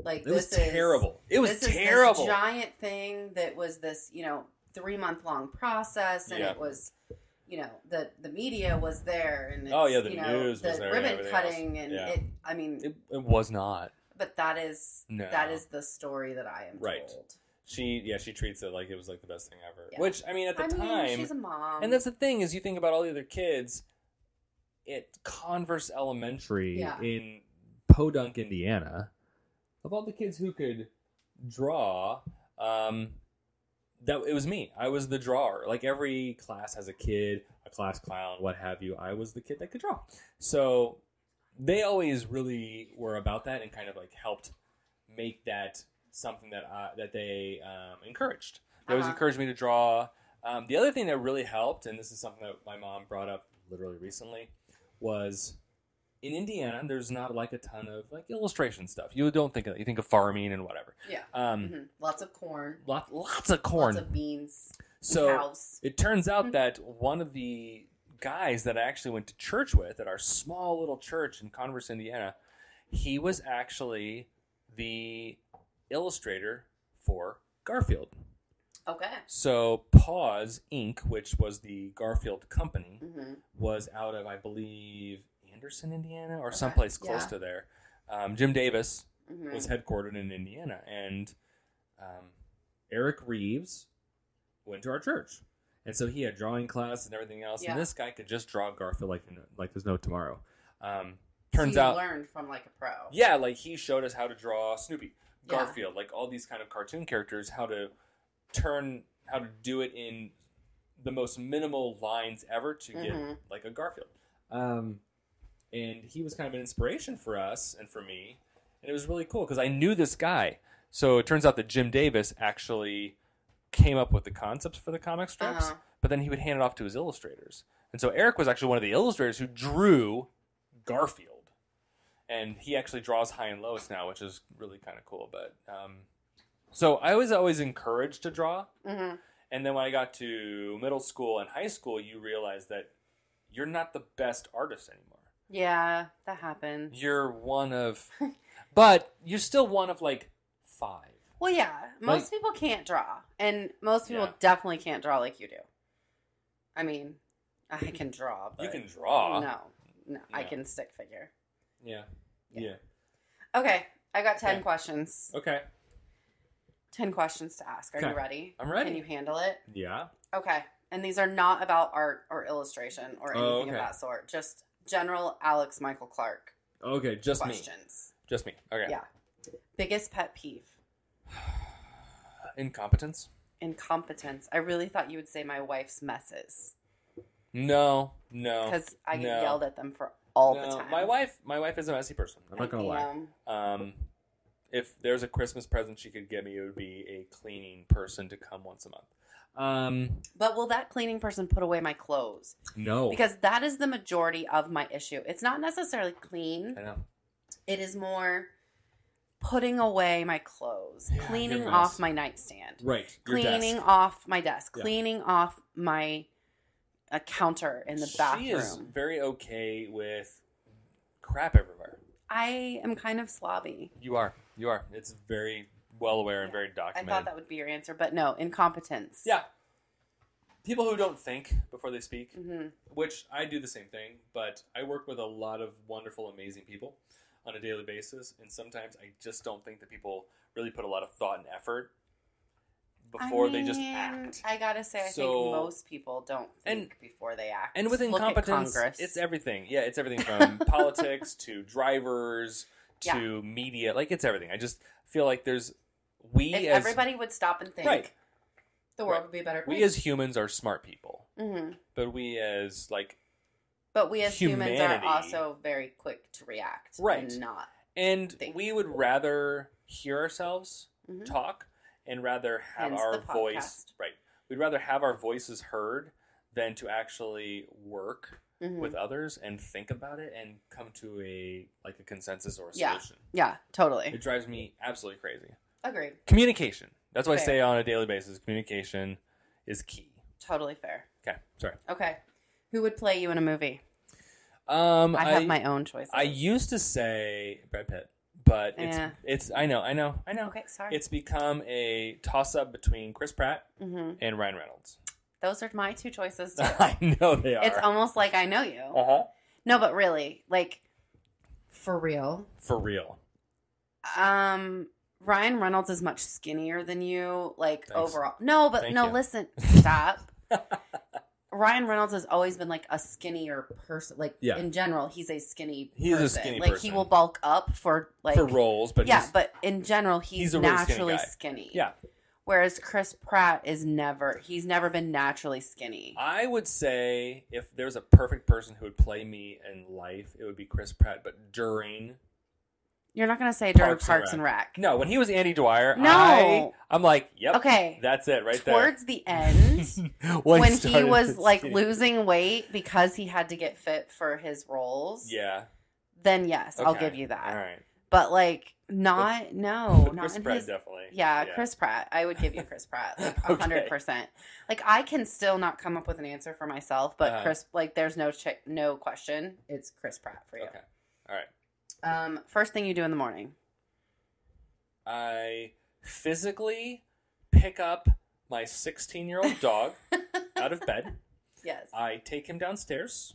S1: like
S2: It was
S1: this is-
S2: terrible. It was
S1: this is this
S2: terrible.
S1: giant thing that was this, you know, three month long process, and
S2: Yeah.
S1: it was you know the the media was there and it's,
S2: Oh, yeah, the
S1: you know,
S2: news
S1: the
S2: was there and
S1: ribbon
S2: everything
S1: cutting
S2: else.
S1: and
S2: Yeah.
S1: it I mean
S2: It, it was not.
S1: but that is
S2: No.
S1: that is the story that I am
S2: Right.
S1: told.
S2: She yeah, she treats it like it was like the best thing ever.
S1: Yeah.
S2: Which I mean at the
S1: I mean,
S2: time
S1: she's a mom,
S2: And that's the thing is you think about all the other kids at Converse Elementary
S1: Yeah.
S2: in Podunk, Indiana. Of all the kids who could draw, um, that it was me. I was the drawer. Like every class has a kid, a class clown, what have you. I was the kid that could draw. So they always really were about that and kind of like helped make that something that I, that they um, encouraged. They always
S1: Uh-huh.
S2: encouraged me to draw. Um, the other thing that really helped, and this is something that my mom brought up literally recently, was in Indiana. There's not like a ton of like illustration stuff. You don't think of that. You think of farming and whatever.
S1: yeah,
S2: Um,
S1: hmm lots of corn,
S2: lot, lots of corn.
S1: lots of beans,
S2: so
S1: cows.
S2: it turns
S1: Mm-hmm.
S2: out that one of the guys that I actually went to church with at our small little church in Converse, Indiana, he was actually the illustrator for Garfield.
S1: Okay,
S2: So Paws Inc., which was the Garfield company,
S1: hmm
S2: was out of I believe Anderson, Indiana, or
S1: Okay.
S2: someplace close
S1: Yeah.
S2: to there. Um, Jim Davis
S1: hmm
S2: was headquartered in Indiana, and um, Eric Reeves went to our church, and so he had drawing class and everything else.
S1: Yeah.
S2: And this guy could just draw Garfield like like there's no tomorrow. Um,
S1: So
S2: turns
S1: you
S2: out,
S1: learned from like a pro.
S2: yeah, like he showed us how to draw Snoopy,
S1: Yeah.
S2: Garfield, like all these kind of cartoon characters, how to turn, how to do it in the most minimal lines ever to get
S1: Mhm.
S2: like a Garfield. Um, and he was kind of an inspiration for us and for me, and it was really cool because I knew this guy. So it turns out that Jim Davis actually came up with the concepts for the comic strips,
S1: Uh-huh.
S2: but then he would hand it off to his illustrators. And so Eric was actually one of the illustrators who drew Garfield. And he actually draws high and lows now, which is really kind of cool. But um, so I was always encouraged to draw.
S1: hmm
S2: And then when I got to middle school and high school, you realize that you're not the best artist anymore.
S1: yeah, that happens.
S2: You're one of, but you're still one of like five.
S1: Well, yeah, most
S2: Like-
S1: people can't draw, and most people
S2: Yeah.
S1: definitely can't draw like you do. I mean, I can draw, but
S2: You can draw.
S1: No, no, I
S2: No.
S1: can stick figure.
S2: Yeah.
S1: Yeah.
S2: Yeah.
S1: Okay, I got ten
S2: Okay.
S1: questions.
S2: Okay.
S1: Ten questions to ask. Are
S2: Okay.
S1: you ready?
S2: I'm ready.
S1: Can you handle it?
S2: Yeah.
S1: Okay, and these are not about art or illustration or anything
S2: Oh,
S1: of
S2: okay.
S1: that sort. Just general Alex Michael Clark
S2: Okay. Just me.
S1: questions.
S2: Just me. Okay.
S1: Yeah. Biggest pet peeve.
S2: Incompetence?
S1: Incompetence. I really thought you would say my wife's messes
S2: No. No.
S1: because I get
S2: Oh, no.
S1: yelled at them for all the
S2: No.
S1: time.
S2: My wife. My wife is a messy person. I'm not gonna lie.
S1: Um,
S2: Um, if there's a Christmas present she could give me, it would be a cleaning person to come once a month. Um,
S1: But will that cleaning person put away my clothes?
S2: no,
S1: Because that is the majority of my issue. It's not necessarily clean.
S2: I know.
S1: It is more putting away my clothes,
S2: Yeah,
S1: cleaning
S2: goodness.
S1: off my nightstand,
S2: Right, your desk.
S1: cleaning off my desk,
S2: Yeah.
S1: cleaning off my a counter in the
S2: She is
S1: bathroom.
S2: very okay with crap everywhere.
S1: I am kind of slobby.
S2: You are. You are. It's very well aware and
S1: Yeah.
S2: very
S1: I
S2: documented.
S1: thought that would be your answer, but no, incompetence.
S2: yeah. People who don't think before they speak,
S1: hmm
S2: which I do the same thing, but I work with a lot of wonderful, amazing people on a daily basis, and sometimes I just don't think that people really put a lot of thought and effort before they just act.
S1: I gotta say, I
S2: So-
S1: think most people don't
S2: And-
S1: think before they act.
S2: And with
S1: Look at
S2: incompetence,
S1: Congress.
S2: it's everything. Yeah, it's everything from politics to drivers to media. Like it's everything. I just feel like there's we
S1: If
S2: as
S1: everybody would stop and think,
S2: Right.
S1: the world
S2: Right.
S1: would be a better.
S2: we
S1: place.
S2: as humans are smart people,
S1: Mhm.
S2: but we as like
S1: but we as humans
S2: humanity-
S1: are also very quick to react,
S2: Right.
S1: And not
S2: and
S1: Think.
S2: we would rather hear ourselves
S1: Mhm.
S2: talk and rather have
S1: Hence
S2: our
S1: the
S2: voice
S1: podcast.
S2: right. We'd rather have our voices heard than to actually work
S1: Mhm.
S2: with others and think about it and come to a like a consensus or a
S1: Yeah.
S2: solution.
S1: yeah, totally
S2: It drives me absolutely crazy.
S1: agreed,
S2: Communication. That's why I
S1: Fair.
S2: say on a daily basis, communication is key.
S1: totally fair.
S2: Okay, sorry.
S1: Okay, who would play you in a movie?
S2: Um,
S1: I have my own choices.
S2: I used to say Brad Pitt, but it's
S1: Yeah.
S2: it's I know I know I know.
S1: okay, sorry.
S2: It's become a toss up between Chris Pratt
S1: hmm
S2: and Ryan Reynolds.
S1: Those are my two choices too.
S2: I know they are.
S1: it's almost like I know you.
S2: uh-huh.
S1: No, but really, like for real.
S2: For real.
S1: Um Ryan Reynolds is much skinnier than you, like
S2: Thanks.
S1: overall. No, but
S2: Thank
S1: no,
S2: you.
S1: listen, stop. Ryan Reynolds has always been like a skinnier person. Like
S3: Yeah.
S1: in general, he's a skinny
S2: He is a
S1: person.
S2: skinny
S1: like he
S2: person.
S1: will bulk up for like
S2: for roles, but
S1: yeah,
S2: he's-
S1: but in general, he's,
S2: he's a really skinny
S1: naturally
S2: guy.
S1: skinny,
S2: Yeah.
S1: Whereas Chris Pratt is never, he's never been naturally skinny.
S2: I would say if there was a perfect person who would play me in life, it would be Chris Pratt. But during
S1: You're not going to say during
S2: Parks
S1: Parks,
S2: and
S1: and Rec.
S2: no, when he was Andy Dwyer,
S1: No.
S2: I, I'm like, yep,
S1: Okay.
S2: that's it right
S1: Towards the end,
S2: there.
S1: when,
S2: he
S1: he
S2: started
S1: was like
S2: skinny.
S1: losing weight because he had to get fit for his roles,
S2: yeah,
S1: then yes, I'll
S2: Okay.
S1: give you that.
S2: all right.
S1: But like, not, no,
S2: But
S1: not
S2: Chris
S1: in
S2: Pratt
S1: his
S2: definitely.
S1: Yeah, Chris Pratt. I would give you Chris Pratt, like a hundred
S2: Okay.
S1: percent. Like I can still not come up with an answer for myself, but
S2: Uh-huh.
S1: Chris, like, there's no check, no question. It's Chris Pratt for you.
S2: Okay, all right.
S1: Um, first thing you do in the morning.
S2: I physically pick up my 16 year old dog out of bed.
S1: Yes,
S2: I take him downstairs.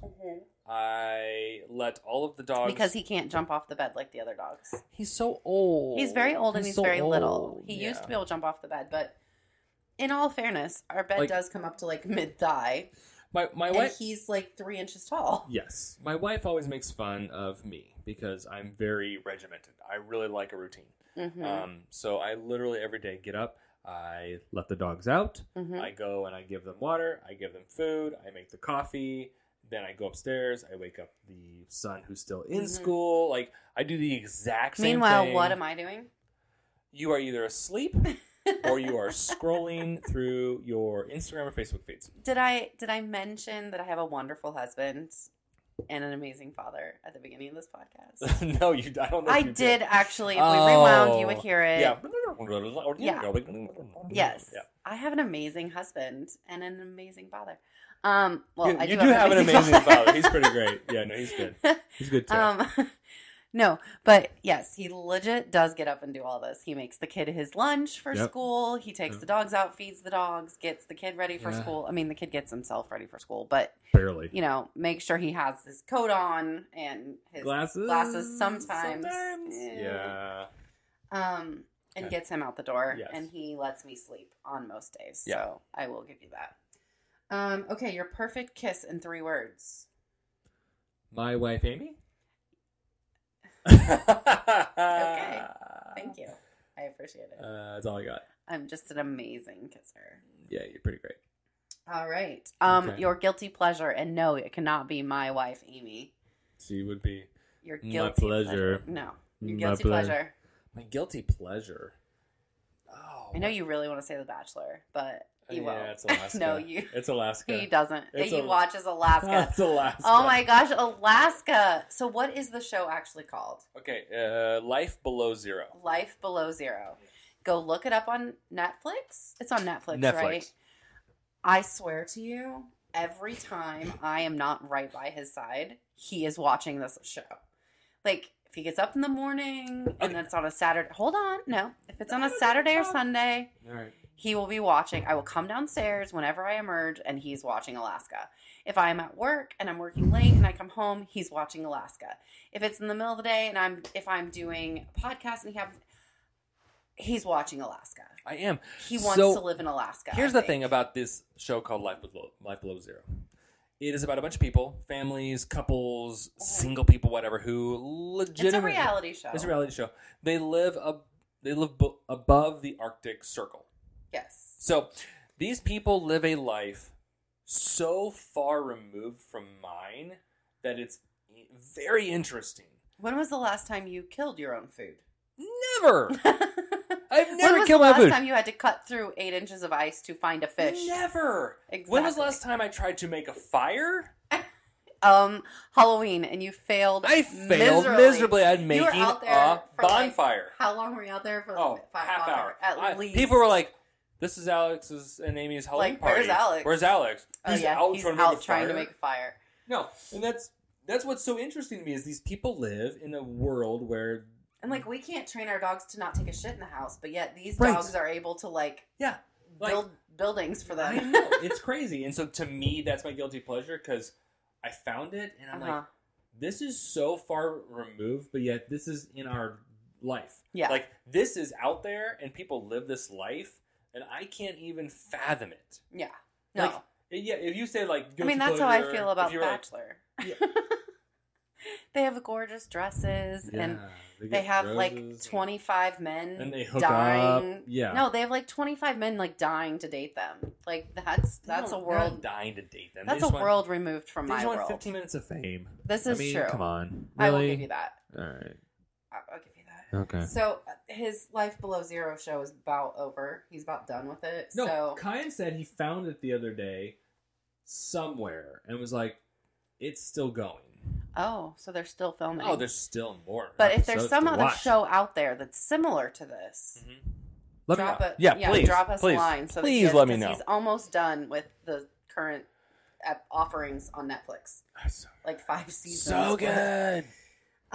S2: I let all of the dogs
S1: because he can't jump off the bed like the other dogs.
S2: he's so old.
S1: He's very old and he's
S2: so
S1: very little.
S2: old.
S1: He
S2: Yeah.
S1: used to be able to jump off the bed, but in all fairness, our bed
S2: Like-
S1: does come up to like mid thigh,
S2: my my
S1: and
S2: wife.
S1: he's like three inches tall.
S3: Yes.
S2: My wife always makes fun of me because I'm very regimented. I really like a routine.
S1: Mm-hmm.
S2: Um, so I literally every day get up. I let the dogs out.
S1: hmm
S2: I go and I give them water, I give them food, I make the coffee, then I go upstairs, I wake up the son who's still in
S1: Mhm.
S2: school. Like I do the exact same
S1: Meanwhile,
S2: thing.
S1: what am I doing?
S2: You are either asleep or you are scrolling through your Instagram or Facebook feeds.
S1: did I did I mention that I have a wonderful husband and an amazing father at the beginning of this podcast?
S2: no, you I don't know. if
S1: I
S2: you
S1: did, actually. If we rewound, you would
S2: Oh,
S1: hear it.
S2: Yeah.
S1: Yeah. Yes.
S2: Yeah.
S1: I have an amazing husband and an amazing father. Um, well,
S2: you
S1: I
S2: you
S1: do
S2: do have an amazing father. He's pretty great. Yeah, no, he's good.
S1: good.
S2: He's good too.
S1: Um, no, but yes, he legit does get up and do all this. He makes the kid his lunch for
S3: Yep.
S1: school. He takes
S3: Yep.
S1: the dogs out, feeds the dogs, gets the kid ready for
S2: Yeah.
S1: school. I mean, the kid gets himself ready for school, but
S3: Barely.
S1: you know, make sure he has his coat on and his
S3: Glasses.
S1: glasses sometimes.
S3: Sometimes.
S1: Eh.
S2: yeah.
S1: um and
S2: Okay.
S1: gets him out the door
S2: Yes.
S1: and he lets me sleep on most days.
S2: Yeah.
S1: So I will give you that. Um okay, your perfect kiss in three words.
S2: My wife Amy.
S1: Okay.
S2: okay.
S1: Thank you. I appreciate it.
S2: Uh, that's all I got.
S1: I'm just an amazing kisser.
S2: Yeah, you're pretty great.
S1: All right. Um
S2: Okay.
S1: your guilty pleasure and no, it cannot be my wife Amy.
S2: She would be
S1: Your
S2: My
S1: guilty
S3: pleasure.
S1: No. Your
S3: My
S1: guilty
S3: pleasure.
S1: pleasure.
S2: my guilty pleasure. Oh,
S1: I know you really want to say The Bachelor, but
S2: Yeah,
S1: you won't.
S2: it's Alaska.
S1: no, you
S2: It's Alaska.
S1: He doesn't.
S2: It's
S1: he
S2: a-
S1: watches Alaska.
S2: it's Alaska.
S1: oh my gosh, Alaska. So what is the show actually called?
S2: Okay, uh, life below zero.
S1: Life Below Zero. Go look it up on Netflix. It's on Netflix, right? I swear to you, every time I am not right by his side, he is watching this show. Like if he gets up in the morning and
S2: Okay. Oh.
S1: it's on a Saturday. Hold on, no. If it's on
S2: No,
S1: a
S2: no, no,
S1: Saturday or
S2: no.
S1: Sunday,
S2: All right.
S1: he will be watching. I will come downstairs whenever I emerge, and he's watching Alaska. If I am at work and I'm working late and I come home, he's watching Alaska. If it's in the middle of the day and I'm if I'm doing a podcast and he have, he's watching Alaska.
S2: I am.
S1: He wants
S2: So,
S1: to live in Alaska. I
S2: Here's the
S1: think.
S2: thing about this show called Life Below, Life Below Zero. It is about a bunch of people, families, couples, single people, whatever, who
S1: it's a
S2: legitimately
S1: reality show.
S2: It's a reality show. They live ab- they live b- above the Arctic Circle.
S1: Yes.
S2: So these people live a life so far removed from mine that it's very interesting.
S1: When was the last time you killed your own food?
S2: Never. I've
S1: when
S2: never
S1: was the
S2: killed my
S1: last
S2: food.
S1: time you had to cut through eight inches of ice to find a fish?
S2: Never. When was the
S1: Exactly.
S2: last time I tried to make a fire?
S1: Um, Halloween, and you failed.
S2: I failed miserably, at making
S1: out there
S2: a
S1: for, like,
S2: bonfire.
S1: How long were you out there for?
S2: oh,
S1: the fi-
S2: half
S1: bonfire?
S2: hour.
S1: at
S2: I-
S1: least.
S2: People were like, "This is Alex's and Amy's Halloween
S1: Like,
S2: party."
S1: where's Alex?
S2: Where's Alex?
S1: "Oh yeah, he's
S2: trying to make
S1: out
S2: a
S1: trying to
S2: fire."
S1: make a fire."
S2: No, and that's that's what's so interesting to me is these people live in a world where
S1: And like, we can't train our dogs to not take a shit in the house, but yet these
S2: Right.
S1: dogs are able to like
S2: yeah, like
S1: build buildings for
S3: I
S1: them.
S3: know it's crazy, and so to me, that's my guilty pleasure because I found it, and I'm like,
S1: Uh-huh.
S3: this is so far removed, but yet this is in our life.
S1: Yeah.
S2: Like this is out there, and people live this life, and I can't even fathom it.
S1: yeah. No.
S2: like,
S3: Yeah, if you say like,
S1: I
S3: guilty
S1: mean, that's how I
S3: pleasure,
S1: feel
S3: if
S1: about
S3: you were like,
S1: Bachelor.
S3: Yeah.
S1: they have gorgeous dresses and
S3: "Yeah,
S1: they
S3: get
S1: have
S3: roses
S1: like
S3: and-
S1: 25 men
S3: And they hook
S1: dying.
S3: up. Yeah.
S1: No, they have like 25 men like dying to date them. Like that's
S2: They don't-
S1: that's a
S2: they're not
S1: world
S2: dying to date them. They
S1: that's a
S2: just want-
S1: world removed from
S2: They
S1: my
S2: just want
S1: world.
S2: 15 minutes of fame.
S1: This is
S2: I mean,
S1: true.
S2: Come on,
S1: I
S2: really?
S1: will give you that.
S2: All right.
S1: I- I'll give you that.
S2: Okay.
S1: So uh, his life below zero show is about over. He's about done with it.
S3: No,
S1: so
S3: Kyan said he found it the other day somewhere and was like, it's still going.
S1: oh, so they're still filming.
S3: Oh, there's still more.
S1: but if there's
S3: episodes
S1: some
S3: to
S1: other
S3: watch.
S1: show out there that's similar to this,
S2: Mm-hmm. Let
S1: drop
S2: me know.
S1: a,
S2: Oh, yeah, please,
S1: drop us
S2: please,
S1: a line. So that
S2: please
S1: he has-
S2: let me
S1: 'cause
S2: know.
S1: He's almost done with the current ep- offerings on Netflix,
S3: So,
S1: like five seasons.
S2: so
S1: worth.
S2: good.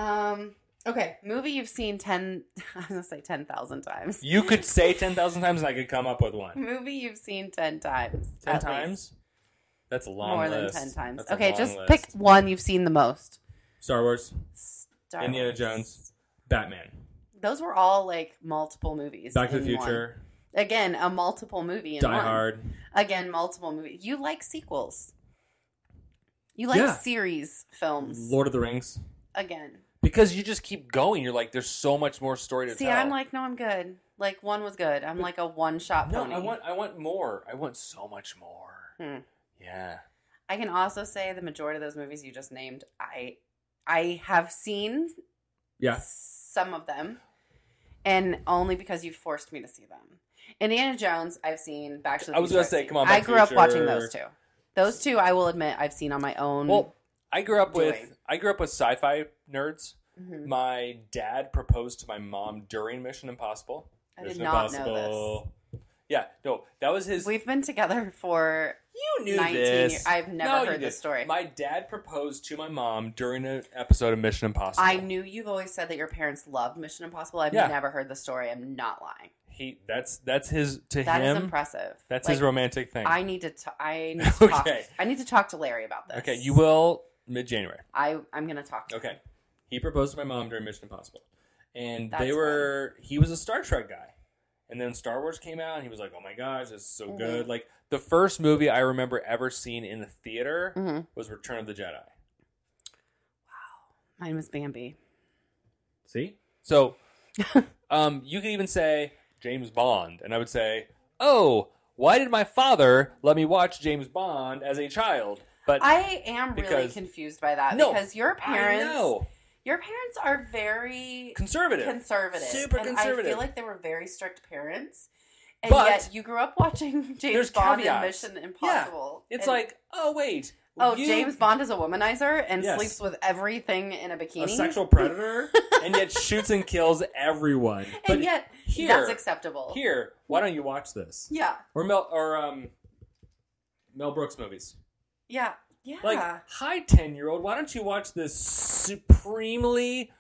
S1: Um. Okay, movie you've seen ten. I was gonna say ten thousand times.
S2: You could say 10,000 times and I could come up with one.
S1: Movie you've seen ten times.
S2: 10
S1: at
S2: times?
S1: least.
S2: That's a long
S1: More
S2: list.
S1: than ten times.
S2: That's a
S1: okay,
S2: long
S1: just
S2: list.
S1: pick one you've seen the most.
S3: Star Wars,
S1: Star
S3: Indiana
S1: Wars.
S3: Jones, Batman,
S1: Those were all like multiple movies.
S3: Back to the
S1: in one.
S3: Future,
S1: Again, a multiple movie. In
S3: Die
S1: one.
S3: Hard.
S1: Again, multiple movies. You like sequels. You like
S3: Yeah.
S1: series films.
S3: Lord of the Rings.
S1: Again.
S2: Because you just keep going. You're like, there's so much more story to
S1: See,
S2: tell.
S1: I'm like, no, I'm good. Like one was good. I'm like a one shot
S2: no,
S1: pony.
S2: I want, I want more. I want so much more.
S1: Hmm.
S2: Yeah.
S1: I can also say the majority of those movies you just named, I I have seen
S3: Yeah.
S1: some of them, and only because you forced me to see them. Indiana Jones, I've seen. Back to the
S2: I was
S1: Future,
S2: gonna
S1: I've
S2: say,
S1: seen.
S2: come on,
S1: I
S2: Back to
S1: grew
S2: the
S1: up watching
S2: Future.
S1: those two. Those two, I will admit, I've seen on my own.
S2: Well, I grew up with,
S1: Doing.
S2: I grew up with sci-fi nerds.
S1: Mhm.
S2: My dad proposed to my mom during Mission Impossible.
S1: I did not know this.
S2: Yeah, no, that was his.
S1: We've been together for
S2: you knew
S1: 19
S2: this.
S1: years. I've never
S2: No, you
S1: heard this
S2: didn't.
S1: story.
S2: My dad proposed to my mom during an episode of Mission Impossible.
S1: I knew you've always said that your parents loved Mission Impossible. I've
S2: Yeah.
S1: never heard the story. I'm not lying.
S2: He that's that's his to
S1: That is
S2: him.
S1: impressive.
S2: That's
S1: Like,
S2: his romantic thing.
S1: I need to. T- I need to talk.
S2: Okay.
S1: I need to talk to Larry about this.
S2: okay, you will mid January.
S1: I I'm gonna talk. To him.
S2: Okay, he proposed to my mom during Mission Impossible, and they
S1: That's
S2: were. He was a Star Trek guy, and then Star Wars came out, and he was like, "Oh my gosh, this is so
S1: Mhm.
S2: good!" Like the first movie I remember ever seeing in the theater
S1: hmm
S2: was Return of the Jedi.
S1: Mine was Bambi.
S3: See?
S2: So, um, you could even say James Bond, and I would say, "Oh, why did my father let me watch James Bond as a child?" But
S1: I am really
S2: Because-
S1: confused by that
S2: No,
S1: because your
S2: I
S1: parents,
S2: know
S1: your parents are very
S2: conservative.
S1: conservative,
S2: Super
S1: and I
S2: conservative.
S1: feel like they were very strict parents, and
S2: But-
S1: yet you grew up watching James
S2: There's
S1: Bond and
S2: caveats.
S1: Mission Impossible.
S2: it's
S1: and-
S2: like, oh wait,
S1: oh,
S2: you-
S1: James Bond is a womanizer and
S2: Yes.
S1: sleeps with everything in a bikini,
S2: a sexual predator, and yet shoots and kills everyone. But
S1: and yet
S2: here-
S1: that's acceptable.
S2: here, why don't you watch this
S1: Yeah,
S2: or Mel or um, Mel Brooks movies?
S1: yeah, yeah.
S2: Like, hi, 10 year old, why don't you watch this supremely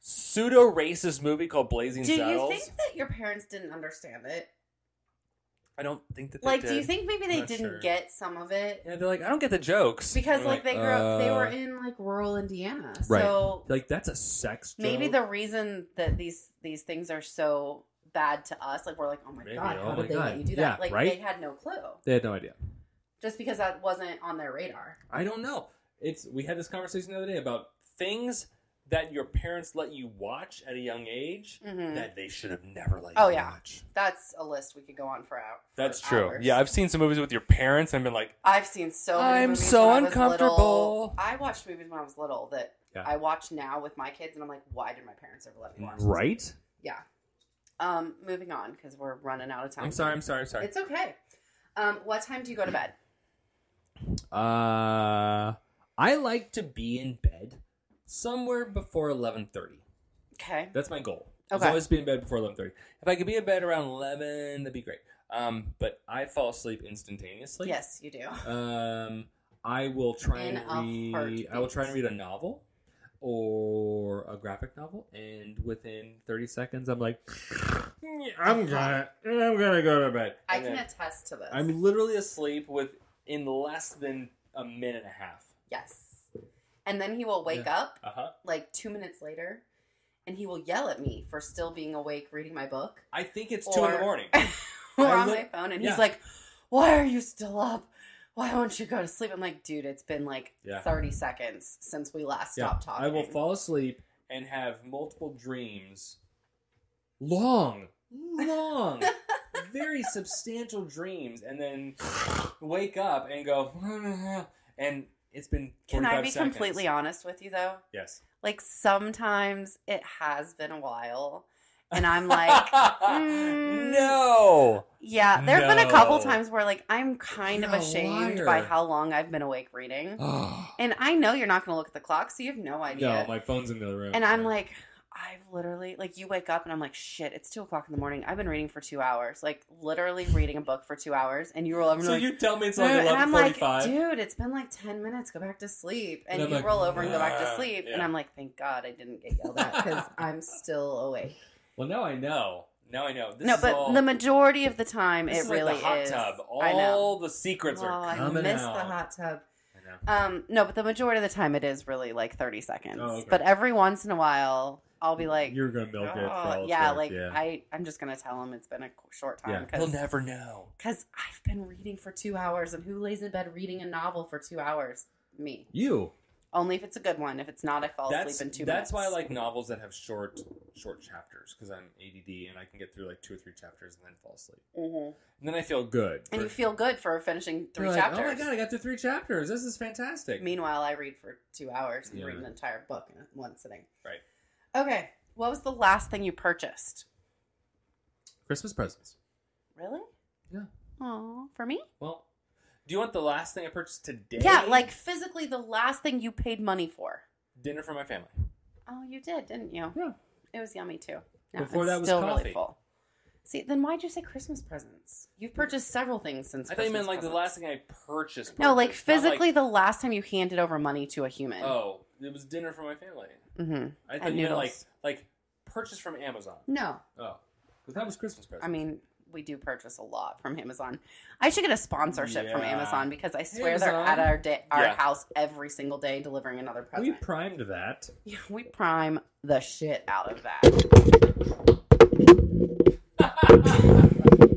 S2: pseudo racist movie called Blazing
S1: do you
S2: Saddles?
S1: think that your parents didn't understand it?
S2: I don't think that they
S1: Like,
S2: did.
S1: do you think maybe
S2: I'm
S1: they
S2: not
S1: didn't
S2: sure.
S1: get some of it?
S2: Yeah, they're like, I don't get the jokes.
S1: Because
S2: I'm
S1: like they grew up, they were
S2: uh,
S1: in like rural Indiana,
S2: Right.
S1: so
S3: Like, that's a sex joke.
S1: maybe the reason that these these things are so bad to us, like we're like, oh my
S2: Maybe,
S1: god,
S2: oh
S1: how
S2: my
S1: did they
S3: God.
S1: let you do
S3: Yeah,
S1: that? Like
S3: right?
S1: they had no clue,
S3: They had no idea.
S1: just because that wasn't on their radar.
S2: I don't know. It's we had this conversation the other day about things that your parents let you watch at a young age
S1: Mhm.
S2: that they should have never let you
S1: Oh, yeah.
S2: watch.
S1: That's a list we could go on for out. for
S2: That's true.
S1: hours.
S2: Yeah, I've seen some movies with your parents and been like,
S1: I've seen so. Many
S2: I'm
S1: movies
S2: so
S1: when I was
S2: uncomfortable.
S1: little. I watched movies when I was little that
S3: Yeah.
S1: I watch now with my kids, and I'm like, why did my parents ever let me watch? this?
S3: Right?
S1: Yeah. Um, moving on because we're running out of time.
S2: I'm sorry, I'm sorry, I'm sorry.
S1: It's okay. Um, what time do you go to bed?
S3: Uh, I like to be in bed somewhere before 1130.
S1: Okay.
S3: That's my goal. Is
S1: Okay.
S3: always be in bed before eleven thirty. If I could be in bed around eleven, that'd be great. Um, but I fall asleep instantaneously.
S1: Yes, you do.
S3: Um, I will try
S1: In a
S3: and read. I will try and read a novel. or a graphic novel, and within 30 seconds, I'm like, I'm gonna, I'm gonna go to bed.
S1: I
S3: And
S1: can
S3: then
S1: attest to this.
S3: I'm literally asleep within less than a minute and a half.
S1: yes. And then he will wake up
S3: Uh huh.
S1: like two minutes later and he will yell at me for still being awake reading my book
S3: I think it's two in the
S1: Or-
S3: morning.
S1: or
S3: I
S1: on
S3: look-
S1: my phone. And
S3: yeah.
S1: he's like, Why are you still up? Why won't you go to sleep? I'm like, Dude, it's been like
S3: Yeah.
S1: 30 seconds since we last
S3: Yeah,
S1: stopped talking.
S3: I will fall asleep and have multiple dreams. Long, long, very substantial dreams, and then wake up and go, and it's been.
S1: Can I
S3: 45
S1: be
S3: seconds.
S1: completely honest with you though?
S3: Yes.
S1: Like sometimes it has been a while. And I'm like, mm.
S2: no.
S1: yeah, there have been a couple
S2: No.
S1: times where like I'm kind of
S3: You're a
S1: ashamed
S3: liar.
S1: by how long I've been awake reading. And I know you're not going to look at the clock, so you have no idea.
S3: no, my phone's in the other room.
S1: and I'm like, I've literally, like, you wake up and I'm like, shit, it's two o'clock in the morning. I've been reading for two hours, like, literally reading a book for two hours. And you roll over and
S3: so
S1: you're like,
S3: you tell me it's
S1: "Ugh,"
S3: like
S1: and
S3: eleven
S1: I'm like,
S3: forty-five.
S1: dude, it's been like 10 minutes. Go back to sleep. And,
S3: And I'm
S1: you
S3: like,
S1: roll over and go back to
S3: "Nah."
S1: sleep. And
S3: Yeah.
S1: I'm like, thank God I didn't get yelled at because I'm still awake.
S3: well, now I know. Now I know. This
S1: no,
S3: is
S1: but
S3: all,
S1: the majority of the time,
S3: this
S1: it
S3: is
S1: really
S3: like the hot
S1: is.
S3: tub. All
S1: I know.
S3: the secrets
S1: oh,
S3: are
S1: I
S3: coming
S1: miss
S3: out.
S1: the hot tub.
S3: I know.
S1: Um, no, but the majority of the time it is really like 30 seconds.
S3: Oh, okay.
S1: But every once in a while, I'll be like,
S3: You're gonna milk it. for
S1: "Oh,"
S3: all it's
S1: yeah,
S3: worth,
S1: like
S3: yeah.
S1: I, I'm just gonna tell him it's been a qu- short time
S3: Yeah.
S2: He'll
S1: because
S2: never know.
S1: I've been reading for two hours, and who lays in bed reading a novel for two hours? Me.
S3: you.
S1: Only if it's a good one. If it's not, I fall
S3: that's,
S1: asleep in two minutes.
S3: that's why I like novels that have short short chapters because I'm ADD and I can get through like two or three chapters and then fall asleep.
S1: Mhm.
S3: And then I feel good.
S1: And you
S3: for-
S1: feel good for finishing
S3: You're
S1: three
S3: like,
S1: chapters.
S3: Oh my god, I got through three chapters. This is fantastic.
S1: Meanwhile, I read for two hours and
S3: Yeah.
S1: read an entire book in one sitting.
S3: Right.
S1: Okay. What was the last thing you purchased?
S3: Christmas presents.
S1: Really?
S3: Yeah.
S1: Aw, for me?
S3: Well, do you want the last thing I purchased today?
S1: Yeah, like physically the last thing you paid money for.
S3: dinner for my family.
S1: Oh, you did, didn't you?
S3: Yeah.
S1: It was yummy too.
S3: Before
S1: it's
S3: that was
S1: still
S3: coffee.
S1: really full. See, then why'd you say Christmas presents? You've purchased several things since.
S3: I thought you meant
S1: Christmas
S3: like the
S1: presents.
S3: last thing I purchased.
S1: No, like
S3: purchased, not,
S1: physically, the last time you handed over money to a human.
S3: oh, it was dinner for my family.
S1: Mm-hmm.
S3: I
S1: And
S3: thought you meant like
S1: noodles.
S3: like purchase from Amazon.
S1: No,
S3: Oh, because that was Christmas presents.
S1: I mean we do purchase a lot from Amazon. I should get a sponsorship from
S3: Yeah.
S1: Amazon because I swear they're
S3: Amazon.
S1: at our da- our
S2: Yeah.
S1: house every single day delivering another
S3: we
S1: present.
S3: primed that.
S1: Yeah, we prime the shit out of that.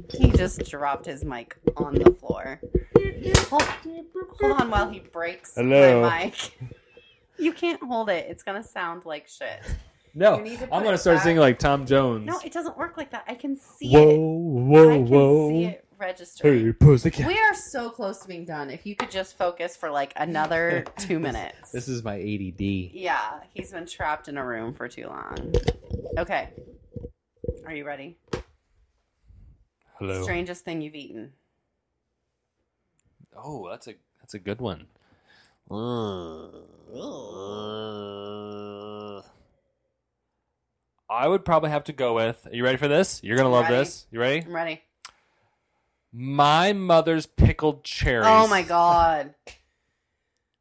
S1: he just dropped his mic on the floor. Hold, hold on while he breaks
S2: Hello.
S1: my mic. You can't hold it. It's gonna sound like shit.
S2: No,
S1: You need to put
S2: I'm gonna
S1: it
S2: start
S1: back.
S2: singing like Tom Jones.
S1: No, it doesn't work like that. I can see
S2: whoa,
S1: it.
S2: whoa,
S1: I can
S2: whoa!
S1: see it registering.
S2: Hey, pussycat.
S1: We are so close to being done. If you could just focus for like another two minutes.
S2: This is my ADD.
S1: Yeah, he's been trapped in a room for too long. Okay. Are you ready?
S2: Hello.
S1: Strangest thing you've eaten.
S2: Oh, that's a that's a good one. Uh, I would probably have to go with. Are you ready for this? You're gonna love
S1: Ready.
S2: this. You ready?
S1: I'm ready.
S2: My mother's pickled cherries.
S1: Oh my god.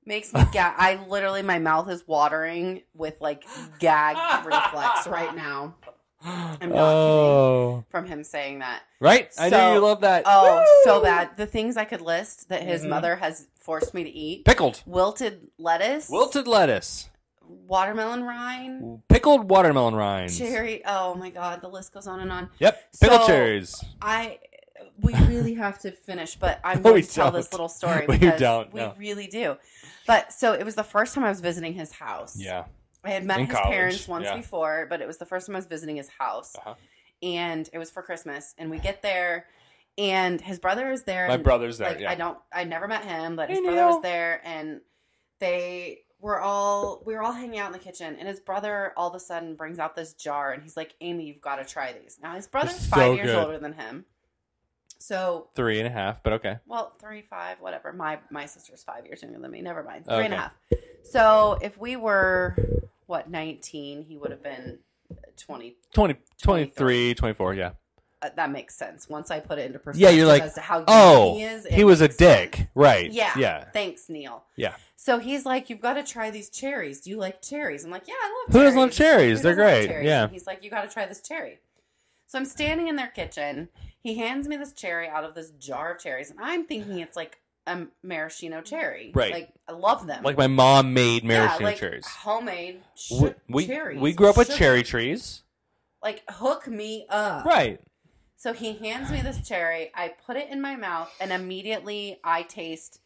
S1: Makes me gag. I literally, my mouth is watering with like gag reflex right now I'm not
S2: oh,
S1: from him saying that.
S2: right. I
S1: So-
S2: knew you love that.
S1: Oh, so
S2: Woo! Mm-hmm.
S1: bad. The things I could list that his
S3: Mhm.
S1: mother has forced me to eat
S2: Pickled,
S1: wilted lettuce,
S2: wilted lettuce,
S1: watermelon rind,
S2: pickled watermelon rinds.
S1: cherry. Oh my god, the list goes on and on.
S2: Yep, pickled
S1: So-
S2: cherries.
S1: I we really have to finish, but I'm
S2: No,
S1: going
S2: we
S1: to tell
S2: don't.
S1: this little story
S2: We
S1: because
S2: don't,
S1: we
S2: no.
S1: really do. But so it was the first time I was visiting his house.
S2: Yeah.
S1: I had met
S2: In
S1: his
S2: college,
S1: parents once
S2: yeah.
S1: before, but it was the first time I was visiting his house,
S2: Uh-huh.
S1: and it was for Christmas. And we get there, and his brother is there.
S2: My
S1: and,
S2: brother's there.
S1: like
S2: yeah.
S1: I don't, I never met him, but
S2: Hey,
S1: his brother
S2: Neil.
S1: was there, and they were all we were all hanging out in the kitchen, and his brother all of a sudden brings out this jar, and he's like, "Amy, you've got to try these." Now his brother's
S2: They're so
S1: five years
S2: good.
S1: older than him, so
S2: Three and a half, but okay.
S1: well, three, five, whatever. My my sister's five years younger than me. Never mind.
S2: Okay.
S1: Three and a half. So if we were what nineteen, he would have been twenty.
S2: 20,
S1: 23.
S2: 23, 24, yeah.
S1: uh, that makes sense once I put it into perspective.
S2: Yeah, you're like,
S1: as to how good
S2: oh,
S1: he is. it
S2: He was a
S1: makes sense.
S2: dick, right?
S1: Yeah.
S2: yeah.
S1: Thanks, Neil.
S2: Yeah.
S1: So he's like, you've got to try these cherries. Do you like cherries? I'm like, yeah, I love
S2: Who
S1: cherries.
S2: doesn't love cherries?
S1: Who
S2: They're
S1: doesn't love
S2: great.
S1: cherries?
S2: Yeah.
S1: And he's like, you got to try this cherry. So I'm standing in their kitchen. He hands me this cherry out of this jar of cherries, and I'm thinking it's like a maraschino cherry.
S2: Right.
S1: Like I love them.
S2: Like my mom made maraschino
S1: Um, yeah, like
S2: cherries.
S1: Homemade sh-
S2: We, we,
S1: cherries.
S2: we grew up with
S1: sugar. Uh,
S2: cherry trees.
S1: Like hook me up.
S2: Right.
S1: So he hands me this cherry. I put it in my mouth, and immediately I taste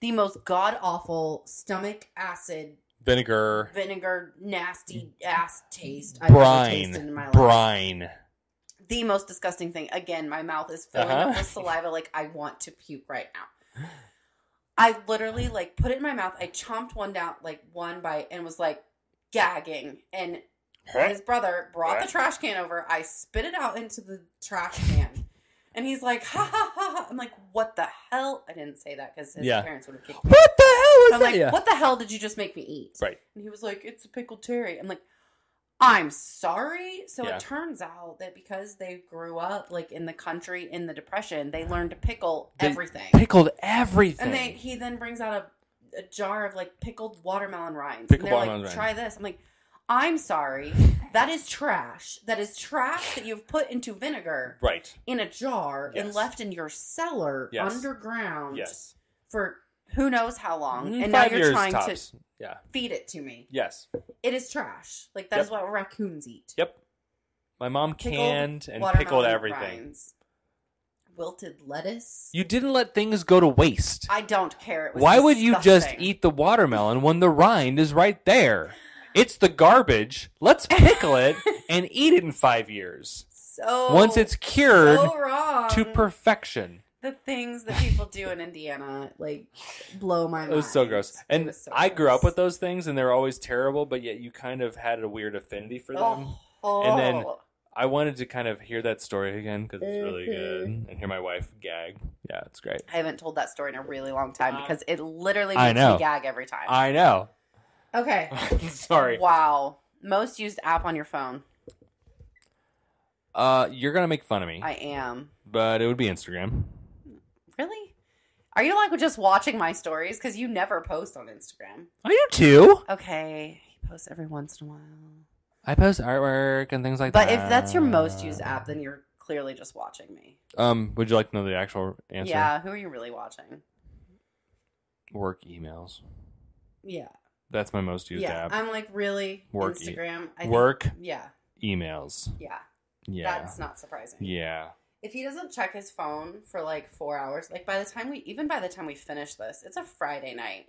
S1: the most god awful stomach acid
S2: Vinegar,
S1: vinegar nasty ass taste I've ever
S2: brine,
S1: tasted in my life.
S2: brine.
S1: The most disgusting thing. Again, my mouth is filling up
S2: Uh-huh.
S1: with saliva like I want to puke right now. I literally like put it in my mouth. I chomped one down like one bite and was like gagging and his brother brought the trash can over. I spit it out into the trash can. And he's like, ha ha ha. ha. I'm like, what the hell? I didn't say that because his
S2: Yeah.
S1: parents would have kicked me.
S2: What the hell
S1: I'm
S2: is that?
S1: like,
S2: Yeah.
S1: what the hell did you just make me eat?
S2: Right.
S1: And he was like, it's a pickled cherry. I'm like, I'm sorry. So
S4: Yeah.
S1: it turns out that because they grew up like in the country in the depression, they learned to pickle
S2: They-
S1: everything.
S2: Pickled everything.
S1: and they he then brings out a, a jar of like pickled watermelon rinds.
S4: Pickled
S1: and they're
S4: watermelon
S1: like,
S4: rind.
S1: try this. I'm like, I'm sorry. That is trash. That is trash that you've put into vinegar
S4: Right.
S1: in a jar and
S4: Yes.
S1: left in your cellar
S4: Yes.
S1: underground
S4: Yes.
S1: for who knows how long.
S4: Mm,
S1: And now
S4: five
S1: you're
S4: years
S1: trying to
S4: tops. Yeah.
S1: feed it to me.
S4: Yes.
S1: It is trash. Like that is
S4: Yep.
S1: what raccoons eat.
S4: Yep. My mom
S1: Pickled
S4: canned and
S1: watermelon
S4: pickled everything.
S1: rinds. Wilted lettuce.
S2: You didn't let things go to waste.
S1: I don't care. It was
S2: Why would you just
S1: disgusting.
S2: eat the watermelon when the rind is right there? It's the garbage. Let's pickle it and eat it in five years.
S1: so
S2: Once it's cured
S1: Oh, so wrong.
S2: to perfection.
S1: the things that people do in Indiana like blow my mind.
S4: It was so gross.
S1: It
S4: And
S1: was so
S4: I grew up
S1: gross.
S4: with those things, and they're always terrible. But yet, you kind of had a weird affinity for them.
S1: Oh.
S4: And then- I wanted to kind of hear that story again because it's really good,
S1: Mm-hmm.
S4: and hear my wife gag. Yeah, it's great.
S1: I haven't told that story in a really long time
S4: Uh, I-
S1: because it literally
S2: I
S1: makes
S2: know.
S1: me gag every time.
S2: I know.
S1: okay.
S4: Sorry.
S1: Wow. Most used app on your phone.
S2: Uh, you're gonna make fun of me,
S1: I am.
S2: but it would be Instagram.
S1: Really? Are you like just watching my stories? Because you never post on Instagram.
S2: I do too.
S1: Okay. He posts every once in a while.
S2: I post artwork and things like
S1: But
S2: that.
S1: if that's your most used app, then you're clearly just watching me.
S2: um, would you like to know the actual answer?
S1: Yeah. Who are you really watching?
S2: Work emails.
S1: Yeah.
S2: That's my most used
S1: yeah.
S2: app.
S1: I'm like, really?
S2: Work e-
S1: Instagram? I think-
S2: Work
S1: Yeah.
S2: emails.
S1: Yeah.
S2: Yeah.
S1: That's not surprising.
S2: yeah.
S1: If he doesn't check his phone for like four hours, like by the time we, even by the time we finish this, it's a Friday night.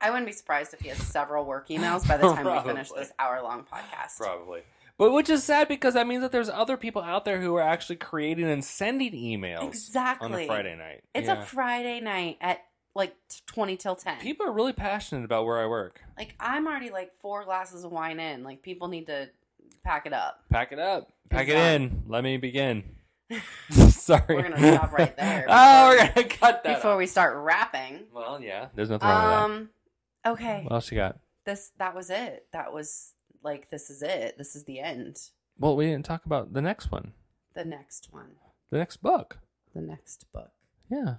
S1: I wouldn't be surprised if he has several work emails by the time we finish
S4: Probably.
S1: this hour long podcast.
S4: Probably.
S2: But which is sad because that means that there's other people out there who are actually creating and sending emails
S1: Exactly.
S2: on a Friday night.
S1: It's
S2: Yeah.
S1: a Friday night at like t- 20 till 10.
S2: people are really passionate about where I work.
S1: like, I'm already like four glasses of wine in. Like, people need to pack it up.
S2: Pack it up. Pack it
S1: Exactly.
S2: in. Let me begin. Sorry.
S1: We're gonna stop right there
S2: oh, we're gonna cut that.
S1: Before
S2: out.
S1: we start rapping.
S2: Well, yeah. There's nothing wrong with
S1: Um, okay.
S2: that. What else you got?
S1: This, that was it. That was like, this is it. This is the end.
S2: Well, we didn't talk about the next one.
S1: The next one.
S2: The next book.
S1: The next book.
S2: Yeah.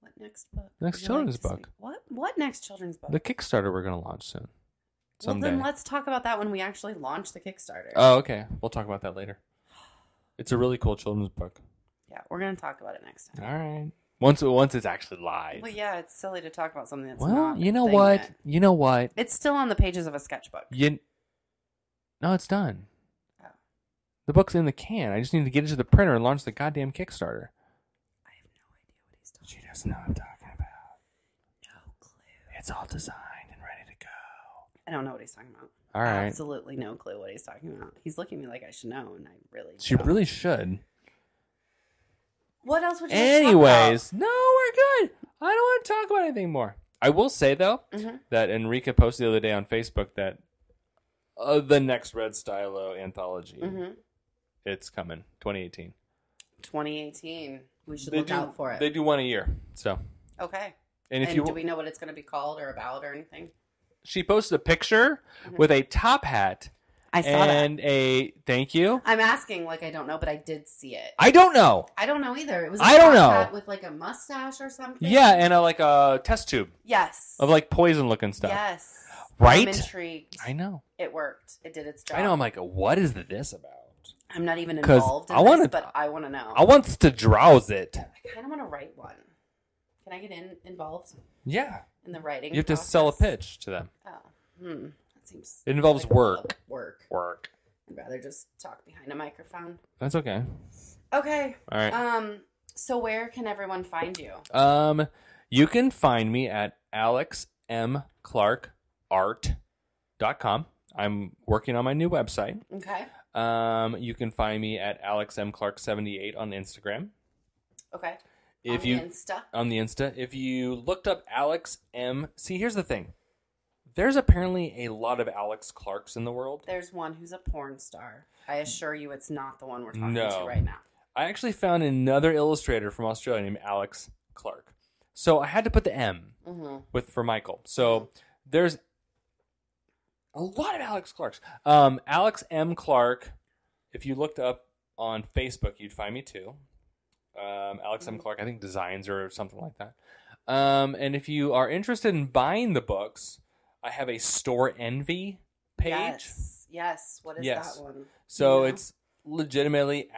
S1: What next book?
S2: Next
S1: Would you
S2: children's
S1: to say-
S2: book.
S1: What? What next children's book?
S2: The Kickstarter we're gonna launch soon.
S1: well,
S2: Someday.
S1: then let's talk about that when we actually launch the Kickstarter.
S2: oh, okay. We'll talk about that later. It's a really cool children's book.
S1: yeah, we're gonna talk about it next time.
S2: All right. Once once it's actually live.
S1: Well, yeah, it's silly to talk about something that's
S2: Well,
S1: not
S2: you
S1: a
S2: know
S1: thing
S2: what?
S1: yet.
S2: You know what?
S1: It's still on the pages of a sketchbook.
S2: You No, it's done.
S1: Oh.
S2: The book's in the can. I just need to get it to the printer and launch the goddamn Kickstarter.
S1: I have no idea what he's talking.
S2: She doesn't know what I'm talking about.
S1: No clue.
S2: It's all designed and ready to go.
S1: I don't know what he's talking about.
S2: All right.
S1: Absolutely no clue what he's talking about. He's looking at me like I should know, and I really.
S2: She
S1: don't.
S2: really should.
S1: What else would you? like to talk about?
S2: Anyways, no, we're good. I don't want to talk about anything more. I will say though
S1: Mhm.
S2: that Enrica posted the other day on Facebook that uh, the next Red Stylo anthology
S1: Mhm.
S2: it's coming 2018.
S1: 2018. We should
S2: They
S1: look
S2: do-
S1: out for it.
S2: They do one a year. So,
S1: okay.
S2: and
S1: And,
S2: if you
S1: do we know what it's going to be called or about or anything?
S2: she posted a picture
S1: Mhm.
S2: with a top hat
S1: I saw that.
S2: and a thank you.
S1: I'm asking like I don't know, but I did see it. I,
S2: I don't know.
S1: don't know either. It was a
S2: I don't
S1: top
S2: know.
S1: hat with like a mustache or something.
S2: Yeah, and a, like a test tube
S1: yes.
S2: of like poison looking stuff.
S1: Yes.
S2: Right?
S1: I'm intrigued.
S2: I know.
S1: It worked. It did its job.
S2: I know. I'm like, what is this about?
S1: I'm not even
S2: 'Cause
S1: involved in
S2: I wanna-
S1: this, but I want to know.
S2: I wants to drowse it.
S1: I kind of want to write one. Can I get in involved
S2: Yeah,
S1: in the writing?
S2: you have to sell a
S1: process?
S2: pitch to them.
S1: Oh, hmm. That seems.
S2: It involves
S1: like a lot of
S2: work.
S1: Work.
S2: Work.
S1: I'd rather just talk behind a microphone.
S2: That's okay.
S1: Okay.
S2: All right.
S1: Um. So where can everyone find you?
S2: Um, you can find me at alexmclarkart.com. I'm working on my new website.
S1: Okay.
S2: Um, you can find me at alexmclark78 on Instagram.
S1: Okay.
S2: If
S1: On
S2: you
S1: Insta.
S2: on the Insta, if you looked up Alex M, see here's the thing. There's apparently a lot of Alex Clarks in the world.
S1: There's one who's a porn star. I assure you, it's not the one we're talking to
S2: No.
S1: right now.
S2: I actually found another illustrator from Australia named Alex Clark. So I had to put the M
S1: Mm-hmm.
S2: with for Michael. So there's a lot of Alex Clarks. Um, Alex M. Clark. If you looked up on Facebook, you'd find me too. Um, Alex M.
S1: Mhm.
S2: Clark. I think designs or something like that. Um, and if you are interested in buying the books, I have a store envy page.
S1: Yes. Yes. What is
S2: Yes.
S1: that one?
S2: So
S1: Yeah.
S2: it's legitimately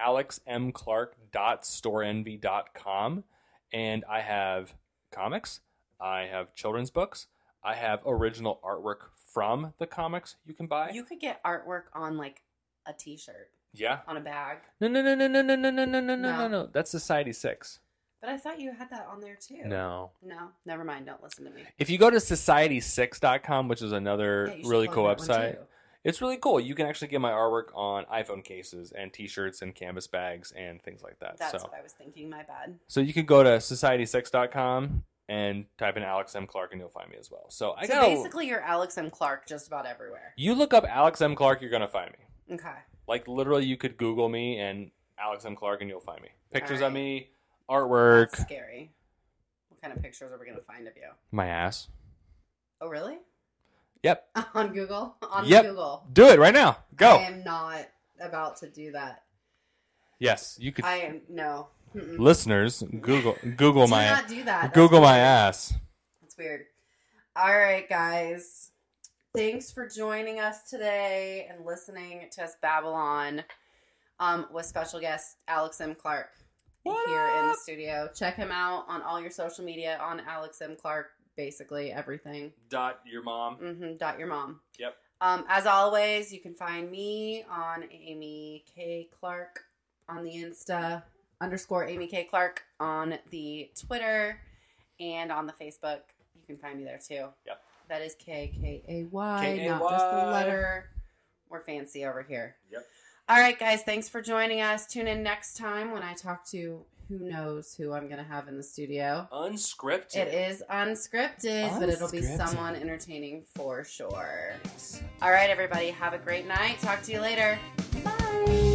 S2: alexmclark.storeenvy.com. And I have comics, I have children's books, I have original artwork from the comics you can buy.
S1: You could get artwork on like a T-shirt,
S2: yeah.
S1: on a bag.
S2: No, no, no, no, no, no, no, no, no, no,
S1: No.
S2: no, no. That's Society 6.
S1: But I thought you had that on there too.
S2: No.
S1: No. Never mind. Don't listen to me.
S2: If you go to society6.com, which is
S1: Yeah,
S2: another
S1: you should
S2: really
S1: plug
S2: cool
S1: that one,
S2: website,
S1: too.
S2: it's really cool. You can actually get my artwork on iPhone cases and t shirts and canvas bags and things like that.
S1: That's
S2: so.
S1: what I was thinking. My bad.
S2: So you can go to society6.com and type in Alex M. Clark and you'll find me as well. So I
S1: so
S2: got a,
S1: basically, you're Alex M. Clark just about everywhere.
S2: you look up Alex M. Clark, you're gonna find me.
S1: Okay.
S2: Like literally you could Google me and Alex M. Clark and you'll find me. Pictures
S1: Alright.
S2: of me, artwork,
S1: That's scary. What kind of pictures are we gonna find of you?
S2: my ass.
S1: Oh, really?
S2: Yep.
S1: on Google? On
S2: Yep.
S1: Google.
S2: Do it right now. Go.
S1: I am not about to do that.
S2: yes, you could
S1: I am no. Mm-mm.
S2: listeners, Google Google
S1: Do
S2: my
S1: not do that. That's
S2: Google my
S1: weird.
S2: ass.
S1: That's weird. All right, guys. Thanks for joining us today and listening to us Babylon um, with special guest Alex M. Clark
S2: What
S1: here in the
S2: up?
S1: studio. Check him out on all your social media on Alex M. Clark, basically everything.
S2: Dot your mom.
S1: Mm-hmm, dot your mom.
S2: Yep.
S1: Um, as always, you can find me on Amy K Clark on the Insta underscore Amy K Clark on the Twitter and on the Facebook. You can find me there too.
S2: Yep.
S1: That is K K A Y, not just the
S2: K-A-Y.
S1: letter. We're fancy over here.
S2: Yep.
S1: All right, guys. Thanks for joining us. Tune in next time when I talk to who knows who I'm going to have in the studio.
S2: Unscripted.
S1: It is unscripted, but it'll be
S2: Unscripted.
S1: someone entertaining for sure. All right, everybody, have a great night. Talk to you later. Bye.